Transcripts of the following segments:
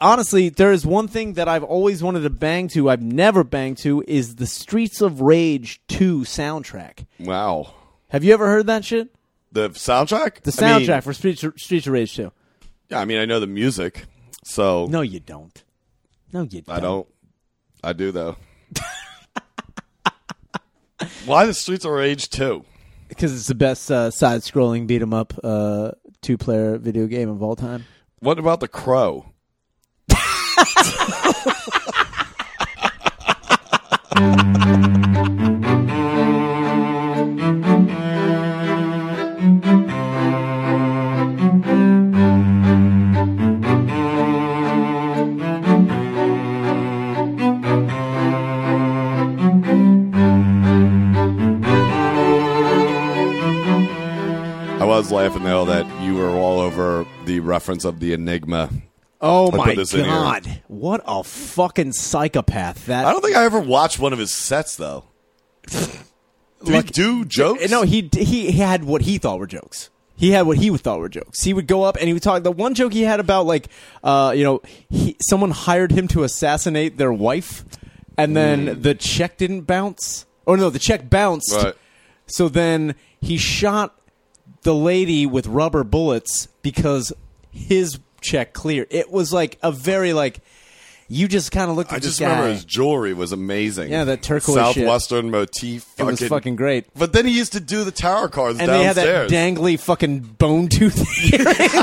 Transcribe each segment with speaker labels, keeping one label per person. Speaker 1: honestly, there is one thing that I've always wanted to bang to, I've never banged to, is the Streets of Rage 2 soundtrack.
Speaker 2: Wow.
Speaker 1: Have you ever heard that shit?
Speaker 2: The soundtrack?
Speaker 1: The soundtrack
Speaker 2: I mean,
Speaker 1: for Streets, Streets of Rage 2.
Speaker 2: yeah, I mean, I know the music. So
Speaker 1: No, you don't. No, you don't.
Speaker 2: I don't. I do, though. Why the Streets of Rage 2?
Speaker 1: Because it's the best uh, side scrolling beat 'em up uh, two player video game of all time.
Speaker 2: What about The Crow? I was laughing though that you were all over the reference of the Enigma.
Speaker 1: Oh
Speaker 2: I
Speaker 1: my
Speaker 2: put this in here.
Speaker 1: god. What a fucking psychopath that
Speaker 2: I don't think I ever watched one of his sets though. Did
Speaker 1: Like-
Speaker 2: he do jokes?
Speaker 1: No, he he he had what he thought were jokes. He had what he thought were jokes. He would go up and he would talk. The one joke he had about like, uh, you know, he, someone hired him to assassinate their wife, and then the check didn't bounce. Oh no, the check bounced.
Speaker 2: Mm. Right.
Speaker 1: So then he shot the lady with rubber bullets because his check cleared. It was like a very like you just kind of looked at
Speaker 2: I
Speaker 1: this
Speaker 2: just
Speaker 1: guy.
Speaker 2: remember his jewelry was amazing.
Speaker 1: Yeah, that turquoise shit.
Speaker 2: southwestern motif.
Speaker 1: it was fucking great.
Speaker 2: But then he used to do the tower cards
Speaker 1: and
Speaker 2: downstairs.
Speaker 1: they had that dangly fucking bone tooth earring. It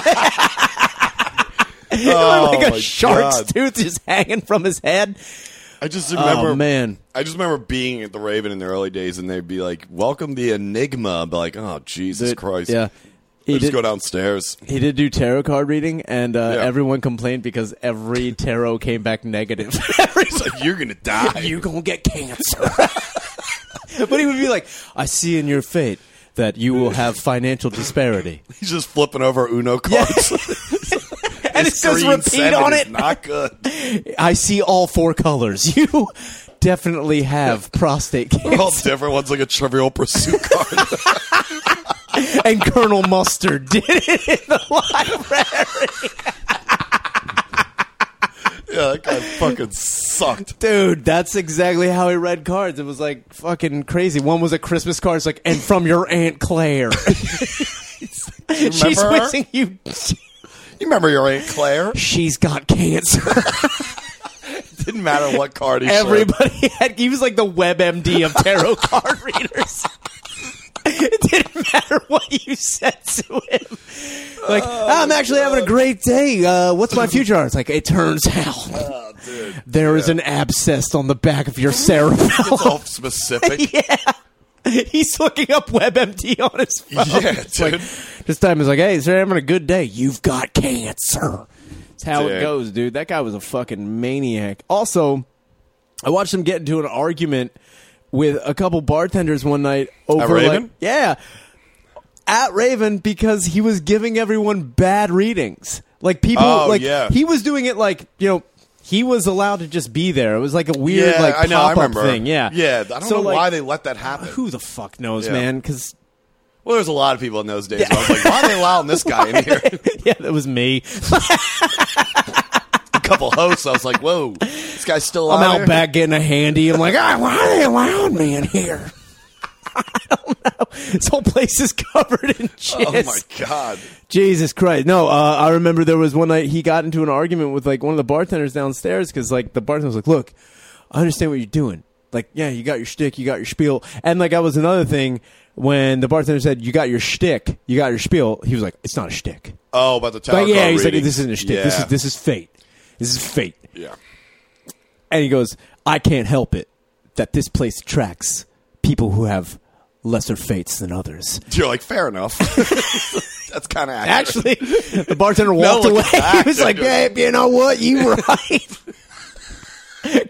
Speaker 1: looked
Speaker 2: Oh,
Speaker 1: like
Speaker 2: my
Speaker 1: a shark's
Speaker 2: God.
Speaker 1: tooth just hanging from his head.
Speaker 2: I just remember,
Speaker 1: oh man,
Speaker 2: I just remember being at the Raven in the early days, and they'd be like, "Welcome the Enigma." I'd be like, "Oh Jesus
Speaker 1: Dude,
Speaker 2: Christ!"
Speaker 1: Yeah,
Speaker 2: I
Speaker 1: he
Speaker 2: just
Speaker 1: did,
Speaker 2: go downstairs.
Speaker 1: he did do tarot card reading, and uh,
Speaker 2: Yeah.
Speaker 1: everyone complained because every tarot came back negative. Everyone-
Speaker 2: Like, You're gonna die.
Speaker 1: you gonna get cancer. but he would be like, "I see in your fate." That you will have financial disparity,
Speaker 2: He's just flipping over Uno cards.
Speaker 1: and it says
Speaker 2: Green
Speaker 1: repeat
Speaker 2: seven
Speaker 1: on
Speaker 2: is
Speaker 1: it.
Speaker 2: Not good.
Speaker 1: I see all four colors. You definitely have prostate
Speaker 2: They're all
Speaker 1: cancer.
Speaker 2: different. One's like a Trivial Pursuit card.
Speaker 1: and Colonel Mustard did it in the library.
Speaker 2: yeah, that guy fucking sucked.
Speaker 1: Dude, that's exactly how he read cards. It was like fucking crazy. One was a Christmas card. It's like, and from your Aunt Claire. She's
Speaker 2: remember her?
Speaker 1: wishing you.
Speaker 2: You remember your Aunt Claire?
Speaker 1: She's got cancer.
Speaker 2: Didn't matter what card he showed.
Speaker 1: Everybody had. He was like the WebMD of tarot card readers. it didn't matter what you said to him. Like,
Speaker 2: Oh,
Speaker 1: "Ah, I'm actually having a great day. Uh, what's my future? It's like, it turns out
Speaker 2: Oh, dude.
Speaker 1: there is an abscess on the back of your cerebellum.
Speaker 2: It's all specific. yeah,
Speaker 1: He's looking up WebMD on his phone.
Speaker 2: dude.
Speaker 1: This time he's like, hey, sir, having a good day. You've got cancer. That's how it
Speaker 2: Dude.
Speaker 1: goes, dude. That guy was a fucking maniac. Also, I watched him get into an argument with a couple bartenders one night over
Speaker 2: Raven?
Speaker 1: like yeah at Raven because he was giving everyone bad readings. Like people
Speaker 2: Oh,
Speaker 1: like
Speaker 2: yeah.
Speaker 1: he was doing it like, you know, he was allowed to just be there. It was like a weird
Speaker 2: yeah,
Speaker 1: like
Speaker 2: I know. I
Speaker 1: pop-up
Speaker 2: remember.
Speaker 1: thing. Yeah.
Speaker 2: yeah. I don't
Speaker 1: So,
Speaker 2: know
Speaker 1: like,
Speaker 2: why they let that happen.
Speaker 1: who the fuck knows,
Speaker 2: Yeah.
Speaker 1: man? Because
Speaker 2: Well, there's a lot of people in those days. where I was like, why are they allowing this guy in here?
Speaker 1: yeah, that was me.
Speaker 2: a couple hosts. I was like, whoa, this guy's still
Speaker 1: I'm
Speaker 2: out
Speaker 1: out
Speaker 2: here?
Speaker 1: back getting a handy. I'm like, ah, why are they allowing me in here? I don't know. This whole place is covered in jizz.
Speaker 2: Oh my god!
Speaker 1: Jesus Christ! No, uh, I remember there was one night he got into an argument with like one of the bartenders downstairs because like the bartender was like, "Look, I understand what you're doing. Like, yeah, you got your shtick, you got your spiel." And like that was another thing when the bartender said, "You got your shtick, you got your spiel." He was like, "It's not a shtick."
Speaker 2: Oh, about the tower.
Speaker 1: Like, yeah,
Speaker 2: card
Speaker 1: he's like,
Speaker 2: readings.
Speaker 1: "This isn't a shtick. This
Speaker 2: Yeah.
Speaker 1: is this is fate. This is fate."
Speaker 2: Yeah.
Speaker 1: And he goes, I can't help it that this place attracts people who have lesser fates than others.
Speaker 2: You're like, fair enough. That's kind of
Speaker 1: Actually, the bartender walked
Speaker 2: look
Speaker 1: away.
Speaker 2: at that.
Speaker 1: he was like, hey, you know what? You right.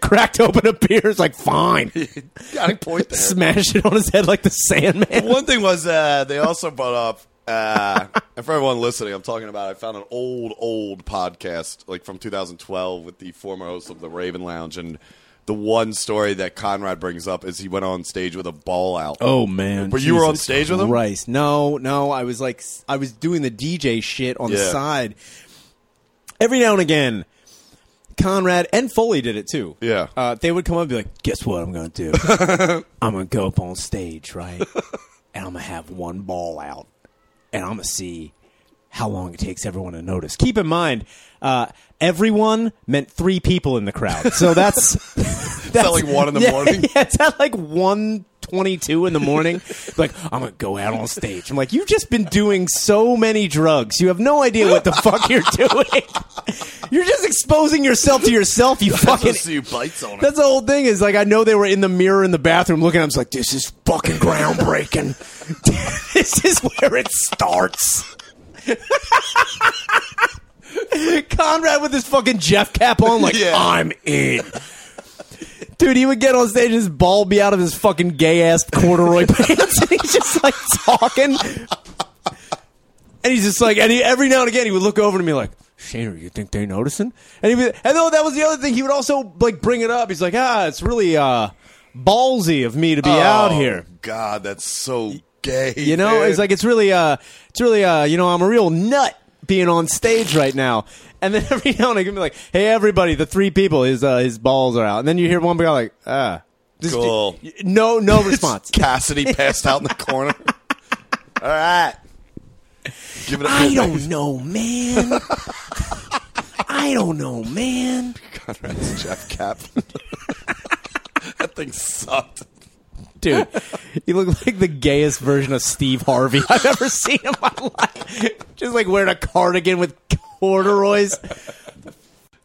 Speaker 1: Cracked open a beer. It's like, fine.
Speaker 2: Got a point there.
Speaker 1: Smashed it on his head like the Sandman.
Speaker 2: One thing was uh, they also brought up, uh, and for everyone listening, I'm talking about. I found an old, old podcast like from 2012 with the former host of the Raven Lounge, and the one story that Conrad brings up is he went on stage with a ball out.
Speaker 1: Oh man!
Speaker 2: But you were on stage with him?
Speaker 1: Christ. No, no. I was like, I was doing the DJ shit on the
Speaker 2: Yeah.
Speaker 1: side. Every now and again, Conrad and Foley did it too.
Speaker 2: Yeah.
Speaker 1: Uh, they would come up and be like, guess what I'm going to do? I'm going to go up on stage, right? and I'm going to have one ball out. And I'm going to see how long it takes everyone to notice. Keep in mind, uh, everyone meant three people in the crowd. So that's. that's
Speaker 2: like one in the
Speaker 1: yeah,
Speaker 2: morning?
Speaker 1: Yeah, it's at like 1.22 in the morning. like, I'm going to go out on stage. I'm like, you've just been doing so many drugs. You have no idea what the fuck you're doing. You're just exposing yourself to yourself, you fucking
Speaker 2: Just see you bites on it.
Speaker 1: that's the whole thing. Is like I know they were in the mirror in the bathroom looking. I was like, this is fucking groundbreaking. this is where it starts. Conrad with his fucking Jeff cap on, like
Speaker 2: Yeah.
Speaker 1: I'm in. Dude, he would get on stage, his ball would be out of his fucking gay ass corduroy pants, and he's just like talking. And he's just like, and he, every now and again he would look over to me like, Shaner, you think they're noticing? And he, and though that was the other thing, he would also like bring it up. He's like, ah, it's really uh, ballsy of me to be out
Speaker 2: Oh,
Speaker 1: here.
Speaker 2: God, that's so gay.
Speaker 1: You know,
Speaker 2: man.
Speaker 1: it's like it's really, uh, it's really, uh, you know, I'm a real nut being on stage right now. And then every now and again, be like, hey, everybody, the three people, his uh, his balls are out. And then you hear one guy like, ah, Just-
Speaker 2: Cool.
Speaker 1: no, no response.
Speaker 2: Cassidy passed out in the corner. All right. Give it up.
Speaker 1: I don't know, man. I don't know, man.
Speaker 2: Conrad's Jeff Cap. that thing sucked.
Speaker 1: Dude, you look like the gayest version of Steve Harvey I've ever seen in my life. Just like wearing a cardigan with corduroys.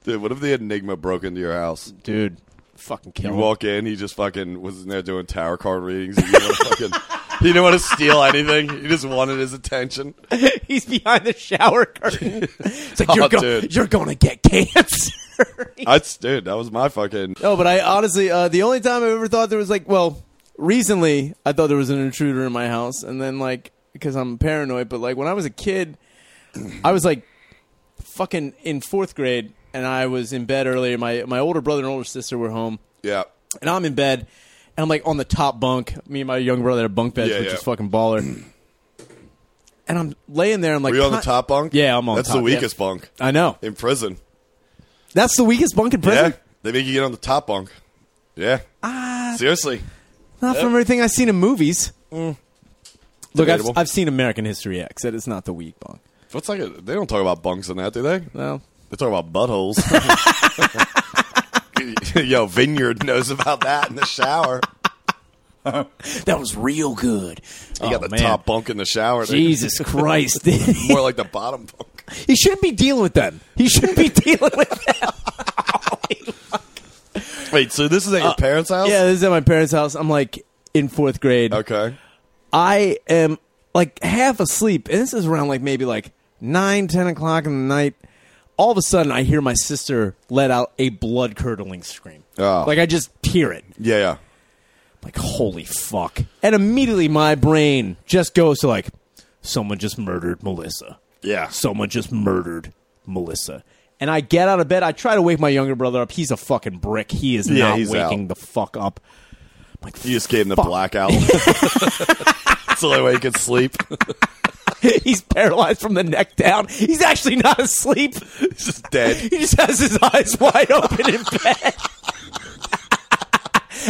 Speaker 2: Dude, what if the Enigma broke into your house?
Speaker 1: Dude, fucking kill
Speaker 2: You
Speaker 1: him.
Speaker 2: walk in, he just fucking was in there doing tower card readings. And you know, fucking, he didn't want to steal anything. He just wanted his attention.
Speaker 1: He's behind the shower curtain. It's like, you're,
Speaker 2: Oh,
Speaker 1: go-
Speaker 2: dude.
Speaker 1: you're going to get cancer.
Speaker 2: That's dude. That was my fucking.
Speaker 1: no, but I honestly, uh, the only time I've ever thought there was like, well, recently I thought there was an intruder in my house. And then, like, because I'm paranoid, but like when I was a kid, I was like fucking in fourth grade and I was in bed earlier. My, my older brother and older sister were home.
Speaker 2: Yeah.
Speaker 1: and I'm in bed, and I'm like on the top bunk. Me and my young brother had a bunk bed,
Speaker 2: Yeah,
Speaker 1: which
Speaker 2: yeah.
Speaker 1: is fucking baller. and I'm laying there. I'm like,
Speaker 2: Were you on the
Speaker 1: "Con-
Speaker 2: top bunk?
Speaker 1: Yeah, I'm on
Speaker 2: That's
Speaker 1: top,
Speaker 2: the weakest
Speaker 1: yeah.
Speaker 2: bunk
Speaker 1: I know
Speaker 2: in prison.
Speaker 1: that's the weakest bunk in prison.
Speaker 2: Yeah, they make you get on the top bunk. Yeah.
Speaker 1: Ah.
Speaker 2: Seriously.
Speaker 1: Not from everything I've seen in movies. Mm. Look, I've,
Speaker 2: Debatable.
Speaker 1: I've seen American History X. That is not the weak bunk.
Speaker 2: What's like? A, they don't talk about bunks in that, do they?
Speaker 1: Well,
Speaker 2: They talk about buttholes. Yo, Vineyard knows about that in the shower.
Speaker 1: that was real good.
Speaker 2: You got the top bunk in the shower. dude.
Speaker 1: Oh, Jesus Christ!
Speaker 2: More like the bottom bunk.
Speaker 1: He shouldn't be dealing with them. He shouldn't be dealing with them.
Speaker 2: Wait, so this is at your parents' house?
Speaker 1: Uh, yeah, this is at my parents' house. I'm like in fourth grade.
Speaker 2: Okay.
Speaker 1: I am like half asleep, and this is around like maybe like nine, ten o'clock in the night. All of a sudden, I hear my sister let out a blood curdling scream.
Speaker 2: Oh.
Speaker 1: Like I just hear it. I'm
Speaker 2: Yeah, yeah.
Speaker 1: like holy fuck! And immediately my brain just goes to like, someone just murdered Melissa.
Speaker 2: Yeah.
Speaker 1: Someone just murdered Melissa. And I get out of bed. I try to wake my younger brother up. He's a fucking brick. He is
Speaker 2: Yeah,
Speaker 1: not
Speaker 2: he's
Speaker 1: waking
Speaker 2: out.
Speaker 1: the fuck up. I'm like,
Speaker 2: You just gave him the
Speaker 1: Fuck.
Speaker 2: blackout. That's the only way he could sleep.
Speaker 1: He's paralyzed from the neck down. He's actually not asleep.
Speaker 2: He's just dead.
Speaker 1: He just has his eyes wide open in bed.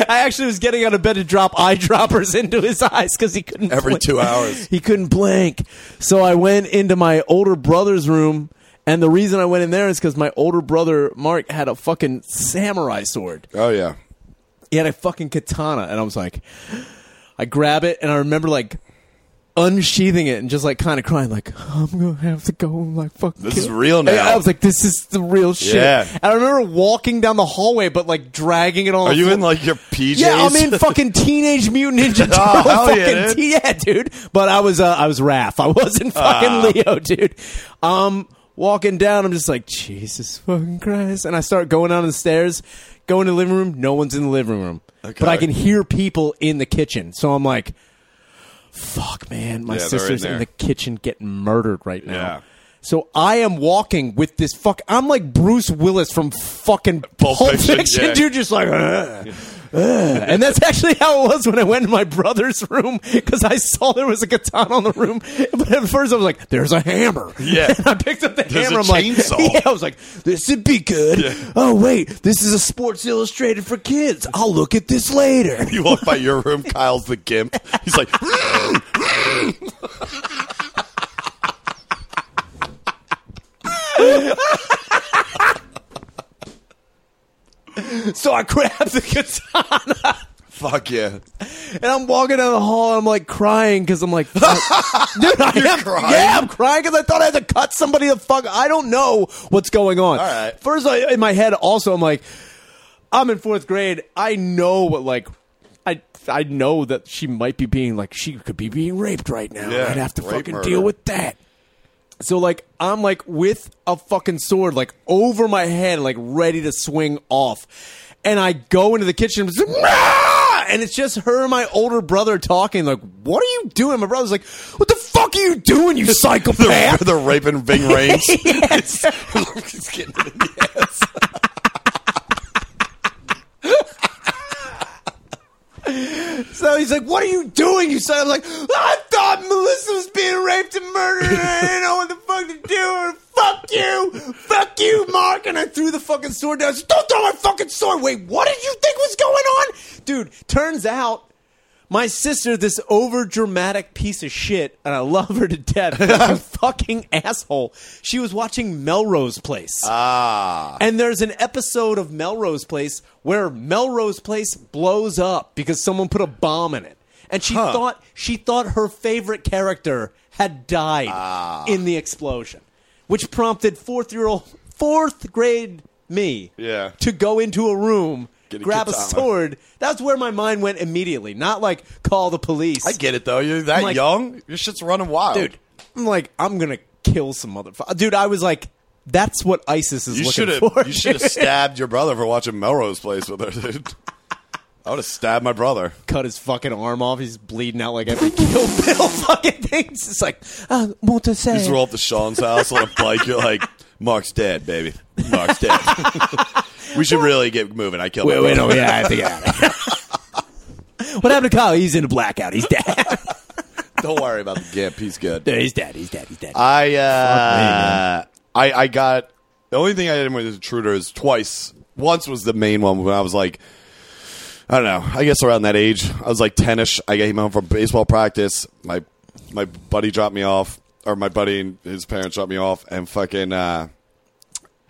Speaker 1: I actually was getting out of bed to drop eyedroppers into his eyes because he couldn't
Speaker 2: Every
Speaker 1: blink.
Speaker 2: two hours.
Speaker 1: He couldn't blink. So I went into my older brother's room, and the reason I went in there is because my older brother Mark had a fucking samurai sword
Speaker 2: Oh yeah.
Speaker 1: he had a fucking katana and i was like i grab it and i remember like unsheathing it and just like kind of crying like i'm gonna have to go and like fuck
Speaker 2: This is real now.
Speaker 1: i was like this is the real shit
Speaker 2: Yeah.
Speaker 1: and i remember walking down the hallway but like dragging it on
Speaker 2: Are
Speaker 1: the
Speaker 2: you
Speaker 1: floor.
Speaker 2: in like your PJs?
Speaker 1: yeah, I'm in fucking Teenage Mutant Ninja Turtle.
Speaker 2: Oh, hell yeah,
Speaker 1: fucking
Speaker 2: dude.
Speaker 1: T- yeah, dude. But I was uh, I was Raph. I wasn't fucking
Speaker 2: Ah.
Speaker 1: Leo, dude. Um, walking down, I'm just like Jesus fucking Christ, and I start going down the stairs, going to the living room. No one's in the living room,
Speaker 2: Okay.
Speaker 1: but I can hear people in the kitchen. So I'm like, fuck, man, my
Speaker 2: Yeah, they're in
Speaker 1: sister's in,
Speaker 2: there.
Speaker 1: the kitchen getting murdered right now.
Speaker 2: Yeah.
Speaker 1: So I am walking with this fuck. I'm like Bruce Willis from fucking Pulp,
Speaker 2: Pulp
Speaker 1: Fiction,
Speaker 2: Fiction, yeah.
Speaker 1: dude. Just like, "Ugh." "Ugh." and that's actually how it was when I went in my brother's room because I saw there was a katana on the room. But at first I was like, "There's a hammer."
Speaker 2: Yeah.
Speaker 1: And I picked up the
Speaker 2: There's
Speaker 1: hammer.
Speaker 2: a
Speaker 1: I'm like,
Speaker 2: chainsaw.
Speaker 1: "Yeah." I was like, "This would be good." Oh wait, this is a Sports Illustrated for kids. I'll look at this later.
Speaker 2: You walk by your room, Kyle's the gimp. He's like,
Speaker 1: So I grabbed the katana.
Speaker 2: fuck yeah.
Speaker 1: And I'm walking down the hall and I'm like crying because I'm like, fuck. dude, I am,
Speaker 2: crying?
Speaker 1: Yeah, I'm crying because I thought I had to cut somebody the fuck. I don't know what's going on.
Speaker 2: All right.
Speaker 1: First, I, in my head, also, I'm like, I'm in fourth grade. I know what, like, I I know that she might be being, like, she could be being raped right now.
Speaker 2: Yeah,
Speaker 1: I'd have to
Speaker 2: rape
Speaker 1: fucking
Speaker 2: murder.
Speaker 1: deal with that. So like I'm like with a fucking sword like over my head like ready to swing off, and I go into the kitchen "Ah!" and it's just her and my older brother talking like what are you doing? My brother's like what the fuck are you doing you
Speaker 2: The,
Speaker 1: psychopath?
Speaker 2: the raping Ving Rames.
Speaker 1: Yes.
Speaker 2: He's getting it in the ass.
Speaker 1: So he's like what are you doing you son? I'm like I thought Melissa was being raped and murdered and I didn't know what the fuck to do. Fuck you, fuck you, Mark! And I threw the fucking sword down. I said, Don't throw my fucking sword. Wait, what did you think was going on, dude? Turns out My sister, this over dramatic piece of shit, and I love her to death. but you fucking asshole. She was watching Melrose Place.
Speaker 2: Ah.
Speaker 1: and there's an episode of Melrose Place where Melrose Place blows up because someone put a bomb in it. And she
Speaker 2: Huh.
Speaker 1: thought she thought her favorite character had died
Speaker 2: Ah.
Speaker 1: in the explosion, which prompted fourth year old fourth grade me
Speaker 2: Yeah.
Speaker 1: to go into a room,
Speaker 2: Get a
Speaker 1: grab a
Speaker 2: katana.
Speaker 1: sword. That's where my mind went immediately. Not like call the police.
Speaker 2: I get it, though. You're that
Speaker 1: like-
Speaker 2: young. Your shit's running wild.
Speaker 1: dude. I'm like, I'm gonna kill some motherfucker. Dude, I was like, that's what ISIS is
Speaker 2: You should
Speaker 1: looking for.
Speaker 2: have. You should have stabbed your brother for watching Melrose Place with her. Dude. I would have stabbed my brother.
Speaker 1: cut his fucking arm off. He's bleeding out like every Kill Bill fucking thing. It's just like, uh, what to say?
Speaker 2: You roll up to Sean's house on a bike. You're like, Mark's dead, baby. Mark's dead. we should really get moving. I killed. my brother.
Speaker 1: yeah, I think I What happened to Kyle? He's in a blackout. He's dead.
Speaker 2: Don't worry about the gimp. He's good.
Speaker 1: he's dead. He's dead. He's dead.
Speaker 2: I uh,
Speaker 1: man.
Speaker 2: I I got the only thing I did with the intruder is twice. Once was the main one when I was like, I don't know. I guess around that age, I was like ten-ish. I came home from baseball practice. My my buddy dropped me off, or my buddy and his parents dropped me off, and fucking. Uh,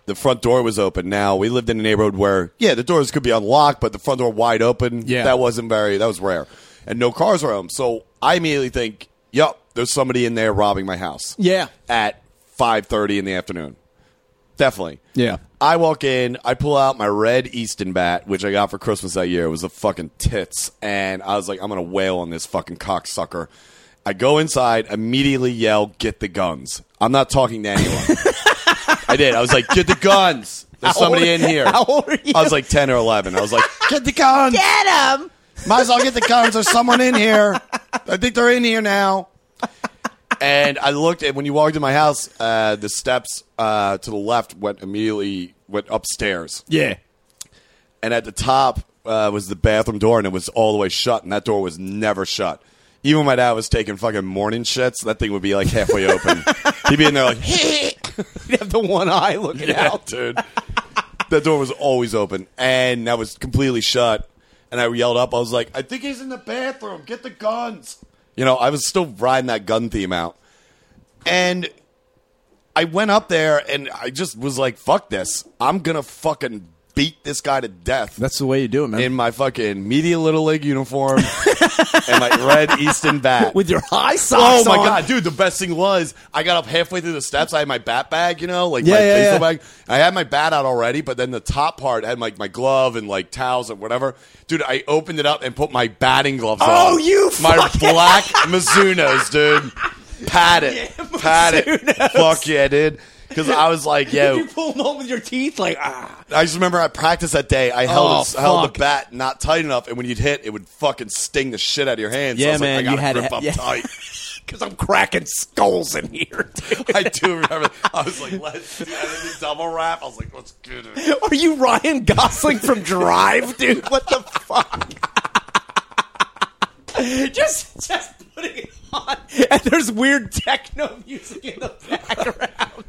Speaker 2: the front door was open. Now we lived in a neighborhood where, yeah, the doors could be unlocked, but the front door wide open.
Speaker 1: Yeah.
Speaker 2: that wasn't very. That was rare, and no cars were home. So I immediately think, "Yup, there's somebody in there robbing my house."
Speaker 1: yeah.
Speaker 2: at 5.30 in the afternoon definitely
Speaker 1: Yeah.
Speaker 2: i walk in i pull out my red easton bat which i got for christmas that year it was a fucking tits and i was like i'm gonna wail on this fucking cocksucker i go inside immediately yell get the guns i'm not talking to anyone i did i was like get the guns there's somebody in here
Speaker 1: How old are you?
Speaker 2: i was like 10 or 11 i was like get the guns
Speaker 1: get him.
Speaker 2: might as well get the guns. There's someone in here. I think they're in here now. And I looked at when you walked in my house, uh, the steps uh, to the left went immediately went upstairs,
Speaker 1: Yeah.
Speaker 2: and at the top uh, was the bathroom door, and it was all the way shut, and that door was never shut. Even when my dad was taking fucking morning shits, that thing would be like halfway open. He'd be in there like,
Speaker 1: You have the one eye looking
Speaker 2: yeah,
Speaker 1: out.
Speaker 2: dude. that door was always open, and that was completely shut. And I yelled up, I was like, "I think he's in the bathroom. Get the guns!" You know, I was still riding that gun theme out, and I went up there, and I just was like, "Fuck this! I'm gonna fucking beat this guy to death."
Speaker 1: That's the way you do it, man.
Speaker 2: in my fucking media little league uniform and my red Easton bat
Speaker 1: With your high
Speaker 2: Oh
Speaker 1: socks
Speaker 2: my
Speaker 1: on.
Speaker 2: god, dude! The best thing was I got up halfway through the steps. I had my bat bag, you know, like my
Speaker 1: Yeah, yeah,
Speaker 2: baseball
Speaker 1: yeah.
Speaker 2: bag. I had my bat out already, but then the top part had like my glove and like towels and whatever. Dude, I opened it up and put my batting gloves on.
Speaker 1: Oh, you
Speaker 2: my
Speaker 1: fucking-
Speaker 2: black Mizunos, dude. Pat it, pat it. Fuck yeah, dude. Because I was like,
Speaker 1: Did
Speaker 2: yo,
Speaker 1: you pull him on with your teeth? Like, ah.
Speaker 2: I just remember at practice that day, I held
Speaker 1: Oh,
Speaker 2: held
Speaker 1: fuck.
Speaker 2: the bat not tight enough, and when you'd hit, it would fucking sting the shit out of your hands. so I
Speaker 1: Yeah,
Speaker 2: was
Speaker 1: man,
Speaker 2: like, I gotta
Speaker 1: you had to
Speaker 2: grip
Speaker 1: ha-
Speaker 2: up
Speaker 1: yeah.
Speaker 2: tight.
Speaker 1: Because I'm cracking skulls in here, dude.
Speaker 2: I do remember. I was like, let's do the double wrap. I was like, let's get it.
Speaker 1: Are you Ryan Gosling from Drive, dude? What the just just putting it on, and there's weird techno music in the background.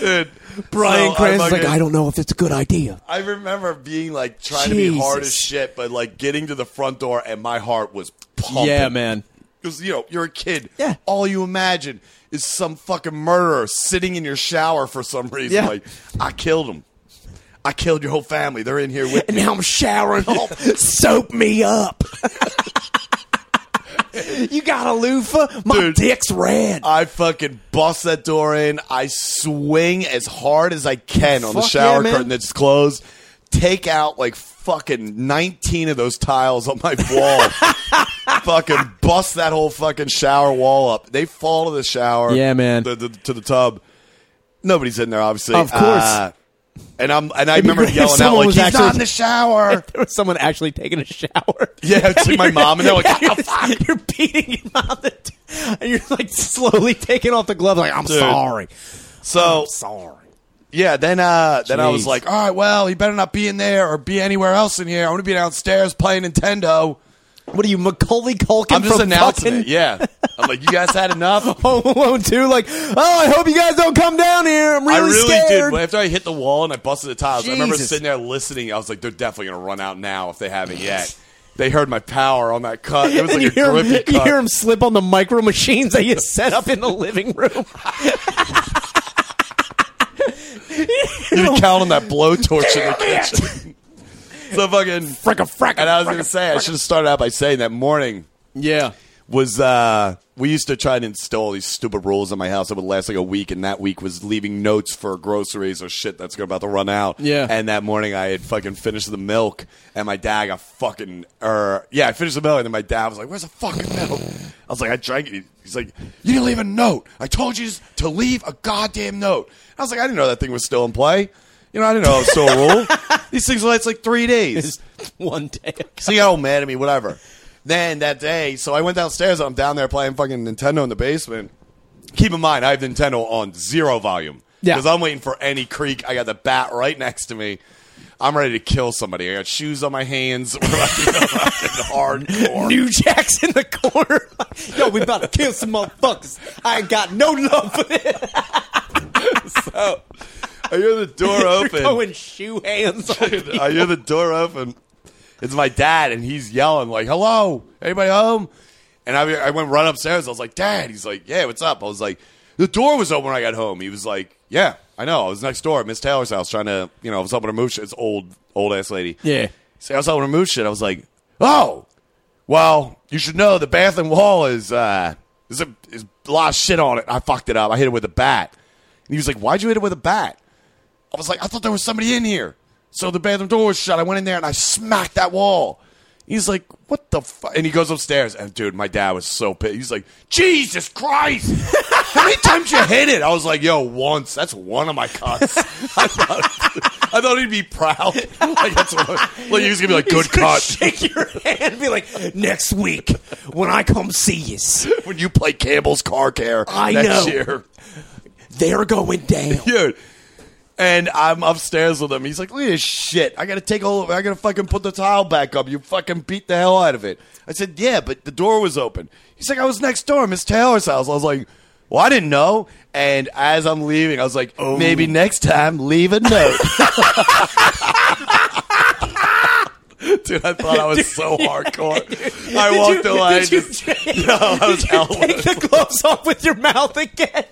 Speaker 2: Dude,
Speaker 1: Brian
Speaker 2: so I
Speaker 1: Cranston's like,
Speaker 2: fucking-
Speaker 1: I don't know if it's a good idea.
Speaker 2: I remember being like trying to be hard as
Speaker 1: Jesus.
Speaker 2: shit, but like getting to the front door and my heart was pumping.
Speaker 1: man.
Speaker 2: Because, you know, you're a kid.
Speaker 1: Yeah.
Speaker 2: All you imagine is some fucking murderer sitting in your shower for some reason.
Speaker 1: Yeah.
Speaker 2: Like, I killed him. I killed your whole family. They're in here with
Speaker 1: And now I'm showering off. Soap me up. you got a loofah? My
Speaker 2: Dude.
Speaker 1: dick's red.
Speaker 2: I fucking bust that door in. I swing as hard as I can on the
Speaker 1: Fuck
Speaker 2: shower
Speaker 1: yeah, man.
Speaker 2: curtain that's closed. Take out like fucking 19 of those tiles on my wall. fucking bust that whole fucking shower wall up. They fall to the shower.
Speaker 1: Yeah, man.
Speaker 2: The, the, to the tub. Nobody's in there, obviously.
Speaker 1: Of course.
Speaker 2: Uh, and I'm and I
Speaker 1: It'd be
Speaker 2: remember
Speaker 1: great if
Speaker 2: yelling out
Speaker 1: someone
Speaker 2: like,
Speaker 1: was
Speaker 2: "He's
Speaker 1: actually-
Speaker 2: not in the shower."
Speaker 1: there was someone actually taking a shower.
Speaker 2: Yeah, it's my mom, and they're like, "What the
Speaker 1: fuck? You're beating your mom, the t- and you're like slowly taking off the glove. Like, I'm
Speaker 2: Dude.
Speaker 1: sorry,
Speaker 2: So
Speaker 1: sorry.
Speaker 2: Yeah, then uh, then I was
Speaker 1: Jeez.
Speaker 2: like, all right, well, he better not be in there or be anywhere else in here. I'm gonna be downstairs playing Nintendo.
Speaker 1: What are you, Macaulay Culkin?
Speaker 2: I'm just
Speaker 1: from
Speaker 2: announcing
Speaker 1: fucking
Speaker 2: it. Yeah, I'm like, you guys had enough.
Speaker 1: Home Alone Two. Like, oh, I hope you guys don't come down here. I'm really,
Speaker 2: I really
Speaker 1: scared.
Speaker 2: did. After I hit the wall and I busted the tiles, I remember
Speaker 1: Jesus.
Speaker 2: sitting there listening. I was like, they're definitely gonna run out now if they haven't yet. They heard my power on that cut. It was
Speaker 1: and
Speaker 2: like
Speaker 1: you
Speaker 2: a
Speaker 1: hear, him,
Speaker 2: grippy
Speaker 1: you
Speaker 2: cut.
Speaker 1: hear him slip on the micro machines that you set up in the living room.
Speaker 2: You can count on that blowtorch in the kitchen. so fucking fricka fricka. And I was gonna say, I should have started out by saying that morning.
Speaker 1: yeah.
Speaker 2: was uh we used to try and install these stupid rules in my house that would last like a week and that week was leaving notes for groceries or shit that's about to run out
Speaker 1: Yeah.
Speaker 2: and that morning i had fucking finished the milk and my dad got fucking or yeah i finished the milk and then my dad was like where's the fucking milk i was like i drank it he's like you didn't leave a note i told you to leave a goddamn note i was like i didn't know that thing was still in play you know i didn't know it was still a rule these things last like three days
Speaker 1: Just one day.
Speaker 2: so he got all mad at me, whatever. Then that day, so I went downstairs. I'm down there playing fucking Nintendo in the basement. Keep in mind, I have Nintendo on zero volume.
Speaker 1: Yeah.
Speaker 2: Because I'm waiting for any creak. I got the bat right next to me. I'm ready to kill somebody. I got shoes on my hands. We're fucking hardcore.
Speaker 1: New Jack's in the corner. Yo, we about to kill some motherfuckers. I ain't got no love for this.
Speaker 2: I hear the door
Speaker 1: You're
Speaker 2: open. uh,
Speaker 1: going shoe hands on me.
Speaker 2: I hear the door open. It's my dad, and he's yelling like, "Hello, anybody home?" And I, I went run upstairs. I was like, "Dad," he's like, "Yeah, what's up?" I was like, "The door was open when I got home." He was like, "Yeah, I know. I was next door at Miss Taylor's house trying to, you know, I was helping her move shit. It's old, old ass lady.
Speaker 1: Yeah.
Speaker 2: So I was helping her move shit. I was like, "Oh, well, you should know the bathroom wall is uh is a, is a lot of shit on it. I fucked it up. I hit it with a bat." And he was like, "Why'd you hit it with a bat?" I was like, I thought there was somebody in here. So the bathroom door was shut. I went in there and I smacked that wall. He's like, what the fuck? And he goes upstairs. And dude, my dad was so pissed. He's like, Jesus Christ. How many times you hit it? I was like, yo, once. That's one of my cuts. I thought, I thought he'd be proud. Like, that's one, like he was going to be like,
Speaker 1: He's
Speaker 2: good
Speaker 1: gonna
Speaker 2: cut.
Speaker 1: Shake your hand and be like, next week when I come see yous,
Speaker 2: When you play Campbell's Car Care
Speaker 1: I know.
Speaker 2: next year.
Speaker 1: they're going down.
Speaker 2: dude. And I'm upstairs with him. He's like, "Look at this shit. I gotta take all. I gotta fucking put the tile back up. You fucking beat the hell out of it." I said, "Yeah, but the door was open." He's like, "I was next door, Miss Taylor's house." I was like, "Well, I didn't know." And as I'm leaving, I was like,
Speaker 1: Oh.
Speaker 2: "Maybe next time, leave a note." Dude, I thought I was so hardcore. I
Speaker 1: Did
Speaker 2: walked
Speaker 1: you-
Speaker 2: away.
Speaker 1: Did you,
Speaker 2: just-
Speaker 1: take,
Speaker 2: No, I was
Speaker 1: did you take the gloves off with your mouth again?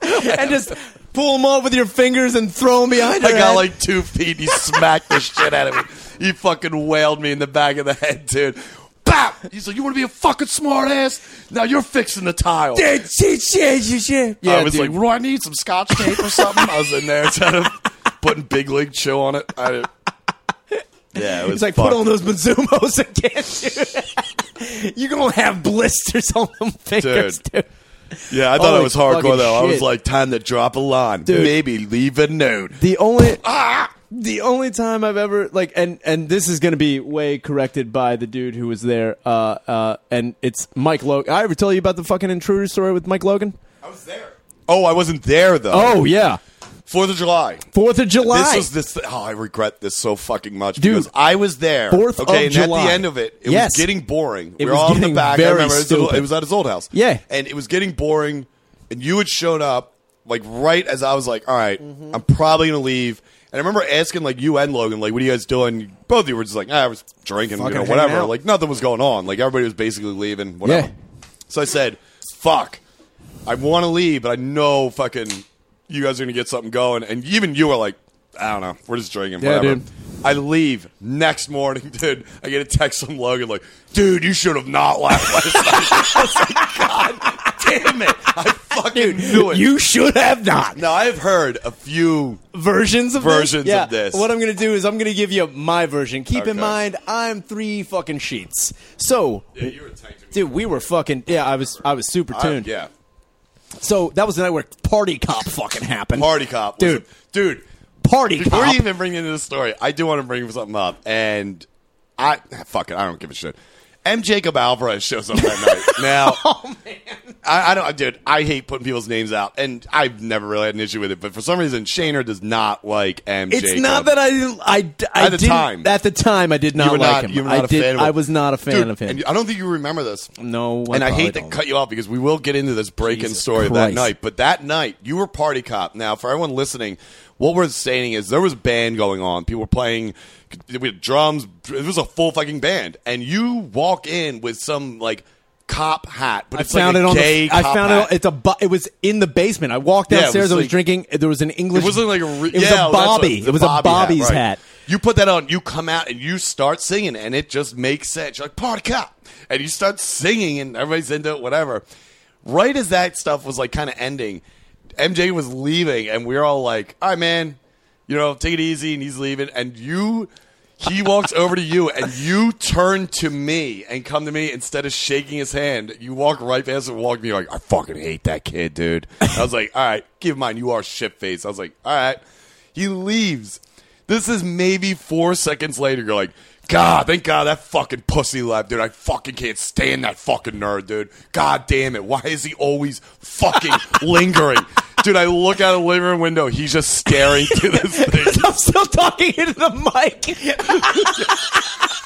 Speaker 1: and just pull them off with your fingers and throw them behind
Speaker 2: I
Speaker 1: your
Speaker 2: got
Speaker 1: head?
Speaker 2: like two feet. He smacked the shit out of me. He fucking wailed me in the back of the head, dude. Bap! He's like, "You want to be a fucking smart ass? Now you're fixing the tile."
Speaker 1: Dude, shit, shit, shit, shit. Yeah,
Speaker 2: I was
Speaker 1: dude.
Speaker 2: like, "What do I need? Some scotch tape or something?" I was in there instead of putting big league chew on it. I didn't- yeah, it was
Speaker 1: He's like,
Speaker 2: fucked.
Speaker 1: put on those Mazumos again, dude. You're gonna have blisters on them fingers, dude.
Speaker 2: Yeah, I thought
Speaker 1: Holy
Speaker 2: it was hardcore
Speaker 1: fucking
Speaker 2: though. I was
Speaker 1: shit.
Speaker 2: like, "Time to drop a line,
Speaker 1: Dude.
Speaker 2: maybe leave a note."
Speaker 1: The only
Speaker 2: Ah!
Speaker 1: the only time I've ever like and and this is gonna be way corrected by the dude who was there, uh uh and it's Mike Logan. I ever tell you about the fucking intruder story with Mike Logan?
Speaker 2: I was there. Oh, I wasn't there though.
Speaker 1: Oh yeah.
Speaker 2: Fourth of July.
Speaker 1: Fourth of July.
Speaker 2: This is this. Oh, I regret this so fucking much
Speaker 1: Dude,
Speaker 2: because I was there.
Speaker 1: Fourth of
Speaker 2: okay, and at
Speaker 1: July.
Speaker 2: the end of it, it
Speaker 1: Yes.
Speaker 2: was getting boring.
Speaker 1: It
Speaker 2: we were
Speaker 1: was
Speaker 2: all in the
Speaker 1: getting
Speaker 2: back.
Speaker 1: very
Speaker 2: I remember it was,
Speaker 1: stupid.
Speaker 2: it was at his old house.
Speaker 1: Yeah.
Speaker 2: and it was getting boring. And you had shown up like right as I was like, all right,
Speaker 1: Mm-hmm.
Speaker 2: I'm probably gonna leave. And I remember asking like you and Logan, like, what are you guys doing? Both of you were just like, ah, I was drinking, you
Speaker 1: Fucking
Speaker 2: know,
Speaker 1: hanging
Speaker 2: whatever.
Speaker 1: out.
Speaker 2: Like nothing was going on. Like everybody was basically leaving, whatever.
Speaker 1: Yeah.
Speaker 2: So I said, fuck. I want to leave, but I know fucking you guys are going to get something going. And even you were like, I don't know. We're just drinking.
Speaker 1: Yeah,
Speaker 2: whatever.
Speaker 1: dude.
Speaker 2: I leave next morning, dude. I get a text from Logan like, dude, you should have not laughed last night. I was like, God damn it. I fucking knew it.
Speaker 1: You should have not.
Speaker 2: now, I've heard a few.
Speaker 1: Versions of
Speaker 2: Versions
Speaker 1: this? Yeah.
Speaker 2: of this.
Speaker 1: What I'm gonna do is I'm gonna give you my version. Keep in
Speaker 2: Okay.
Speaker 1: mind, I'm three fucking sheets. So,
Speaker 2: you were
Speaker 1: dude, we were fucking. Yeah, I was. I was super tuned.
Speaker 2: yeah.
Speaker 1: So that was the night where party cop fucking happened.
Speaker 2: Party cop. was-
Speaker 1: dude.
Speaker 2: Dude.
Speaker 1: Party
Speaker 2: Before
Speaker 1: cop.
Speaker 2: you even bring into the story, I do want to bring something up, and I fuck it, I don't give a shit. M. Jacob Alvarez shows up that night. Now,
Speaker 1: Oh,
Speaker 2: I, I don't, dude. I hate putting people's names out, and I've never really had an issue with it. But for some reason, Shaner does not like M.
Speaker 1: It's
Speaker 2: Jacob.
Speaker 1: not that I didn't. I, I
Speaker 2: At the
Speaker 1: didn't-
Speaker 2: time.
Speaker 1: At the time, I did not
Speaker 2: you were
Speaker 1: like
Speaker 2: not,
Speaker 1: him.
Speaker 2: you were
Speaker 1: I
Speaker 2: not a
Speaker 1: did.
Speaker 2: fan of him.
Speaker 1: I was not a fan
Speaker 2: Dude,
Speaker 1: of him.
Speaker 2: And I don't think you remember this.
Speaker 1: no,
Speaker 2: and I
Speaker 1: probably
Speaker 2: hate to
Speaker 1: Oh, don't.
Speaker 2: cut you off because we will get into this break in
Speaker 1: Jesus
Speaker 2: story
Speaker 1: Christ.
Speaker 2: that night. But that night, you were party cop. Now, for everyone listening, what we're saying is there was a band going on. People were playing we had drums. It was a full fucking band, and you walk in with some like cop hat, but
Speaker 1: I
Speaker 2: it's
Speaker 1: found
Speaker 2: like
Speaker 1: it
Speaker 2: a
Speaker 1: on.
Speaker 2: gay
Speaker 1: The, I
Speaker 2: cop
Speaker 1: found
Speaker 2: hat.
Speaker 1: it. It's a. bu- It was in the basement. I walked
Speaker 2: Yeah, it
Speaker 1: downstairs.
Speaker 2: was
Speaker 1: I was
Speaker 2: like-
Speaker 1: drinking. There was an English.
Speaker 2: It wasn't like a re-
Speaker 1: it was
Speaker 2: yeah,
Speaker 1: a
Speaker 2: that's
Speaker 1: Bobby.
Speaker 2: what-
Speaker 1: it was a Bobby's
Speaker 2: right.
Speaker 1: hat.
Speaker 2: You put that on, you come out and you start singing, and it just makes sense. You're like party cop, and you start singing, and everybody's into it, whatever. Right as that stuff was like kind of ending, MJ was leaving, and we were all like, "All right, man, you know, take it easy." And he's leaving, and you. He walks over to you, and you turn to me and come to me instead of shaking his hand. You walk right past him and walk me like, I fucking hate that kid, dude. I was like, all right, give mine. You are shit face. I was like, all right. He leaves. This is maybe four seconds later. You're like, God, thank God that fucking pussy left, dude. I fucking can't stand that fucking nerd, dude. God damn it. Why is he always fucking lingering? Dude, I look out of the living room window. He's just staring to this thing.
Speaker 1: I'm still talking into the mic.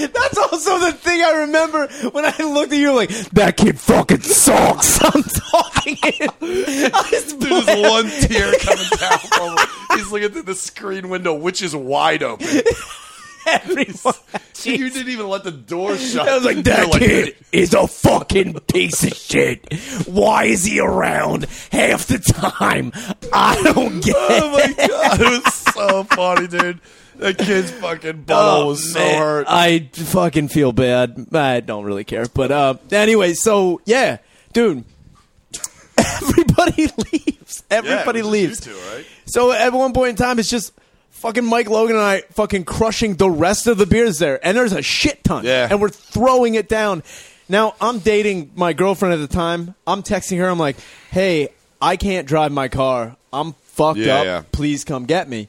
Speaker 1: That's also the thing I remember when I looked at you like that kid fucking sucks. I'm talking. in- I just
Speaker 2: Dude,
Speaker 1: blared-
Speaker 2: there's one tear coming down from him. He's looking through the screen window, which is wide open.
Speaker 1: everyone.
Speaker 2: Dude, you didn't even let the door shut.
Speaker 1: I was like,
Speaker 2: You're
Speaker 1: that kid is a fucking piece of shit. Why is he around half the time? I don't get
Speaker 2: Oh my god, it was so funny, dude. That kid's fucking butthole was so
Speaker 1: Oh, Man,
Speaker 2: hurt.
Speaker 1: I fucking feel bad. I don't really care. But uh, anyway, so yeah, dude. Everybody leaves. Everybody
Speaker 2: it was
Speaker 1: leaves.
Speaker 2: just you two, right?
Speaker 1: So at one point in time, it's just fucking Mike Logan and I fucking crushing the rest of the beers there, and there's a shit ton.
Speaker 2: Yeah.
Speaker 1: And we're throwing it down. Now I'm dating my girlfriend at the time. I'm texting her. I'm like, "Hey, I can't drive my car. I'm fucked
Speaker 2: Yeah,
Speaker 1: up.
Speaker 2: yeah.
Speaker 1: Please come get me."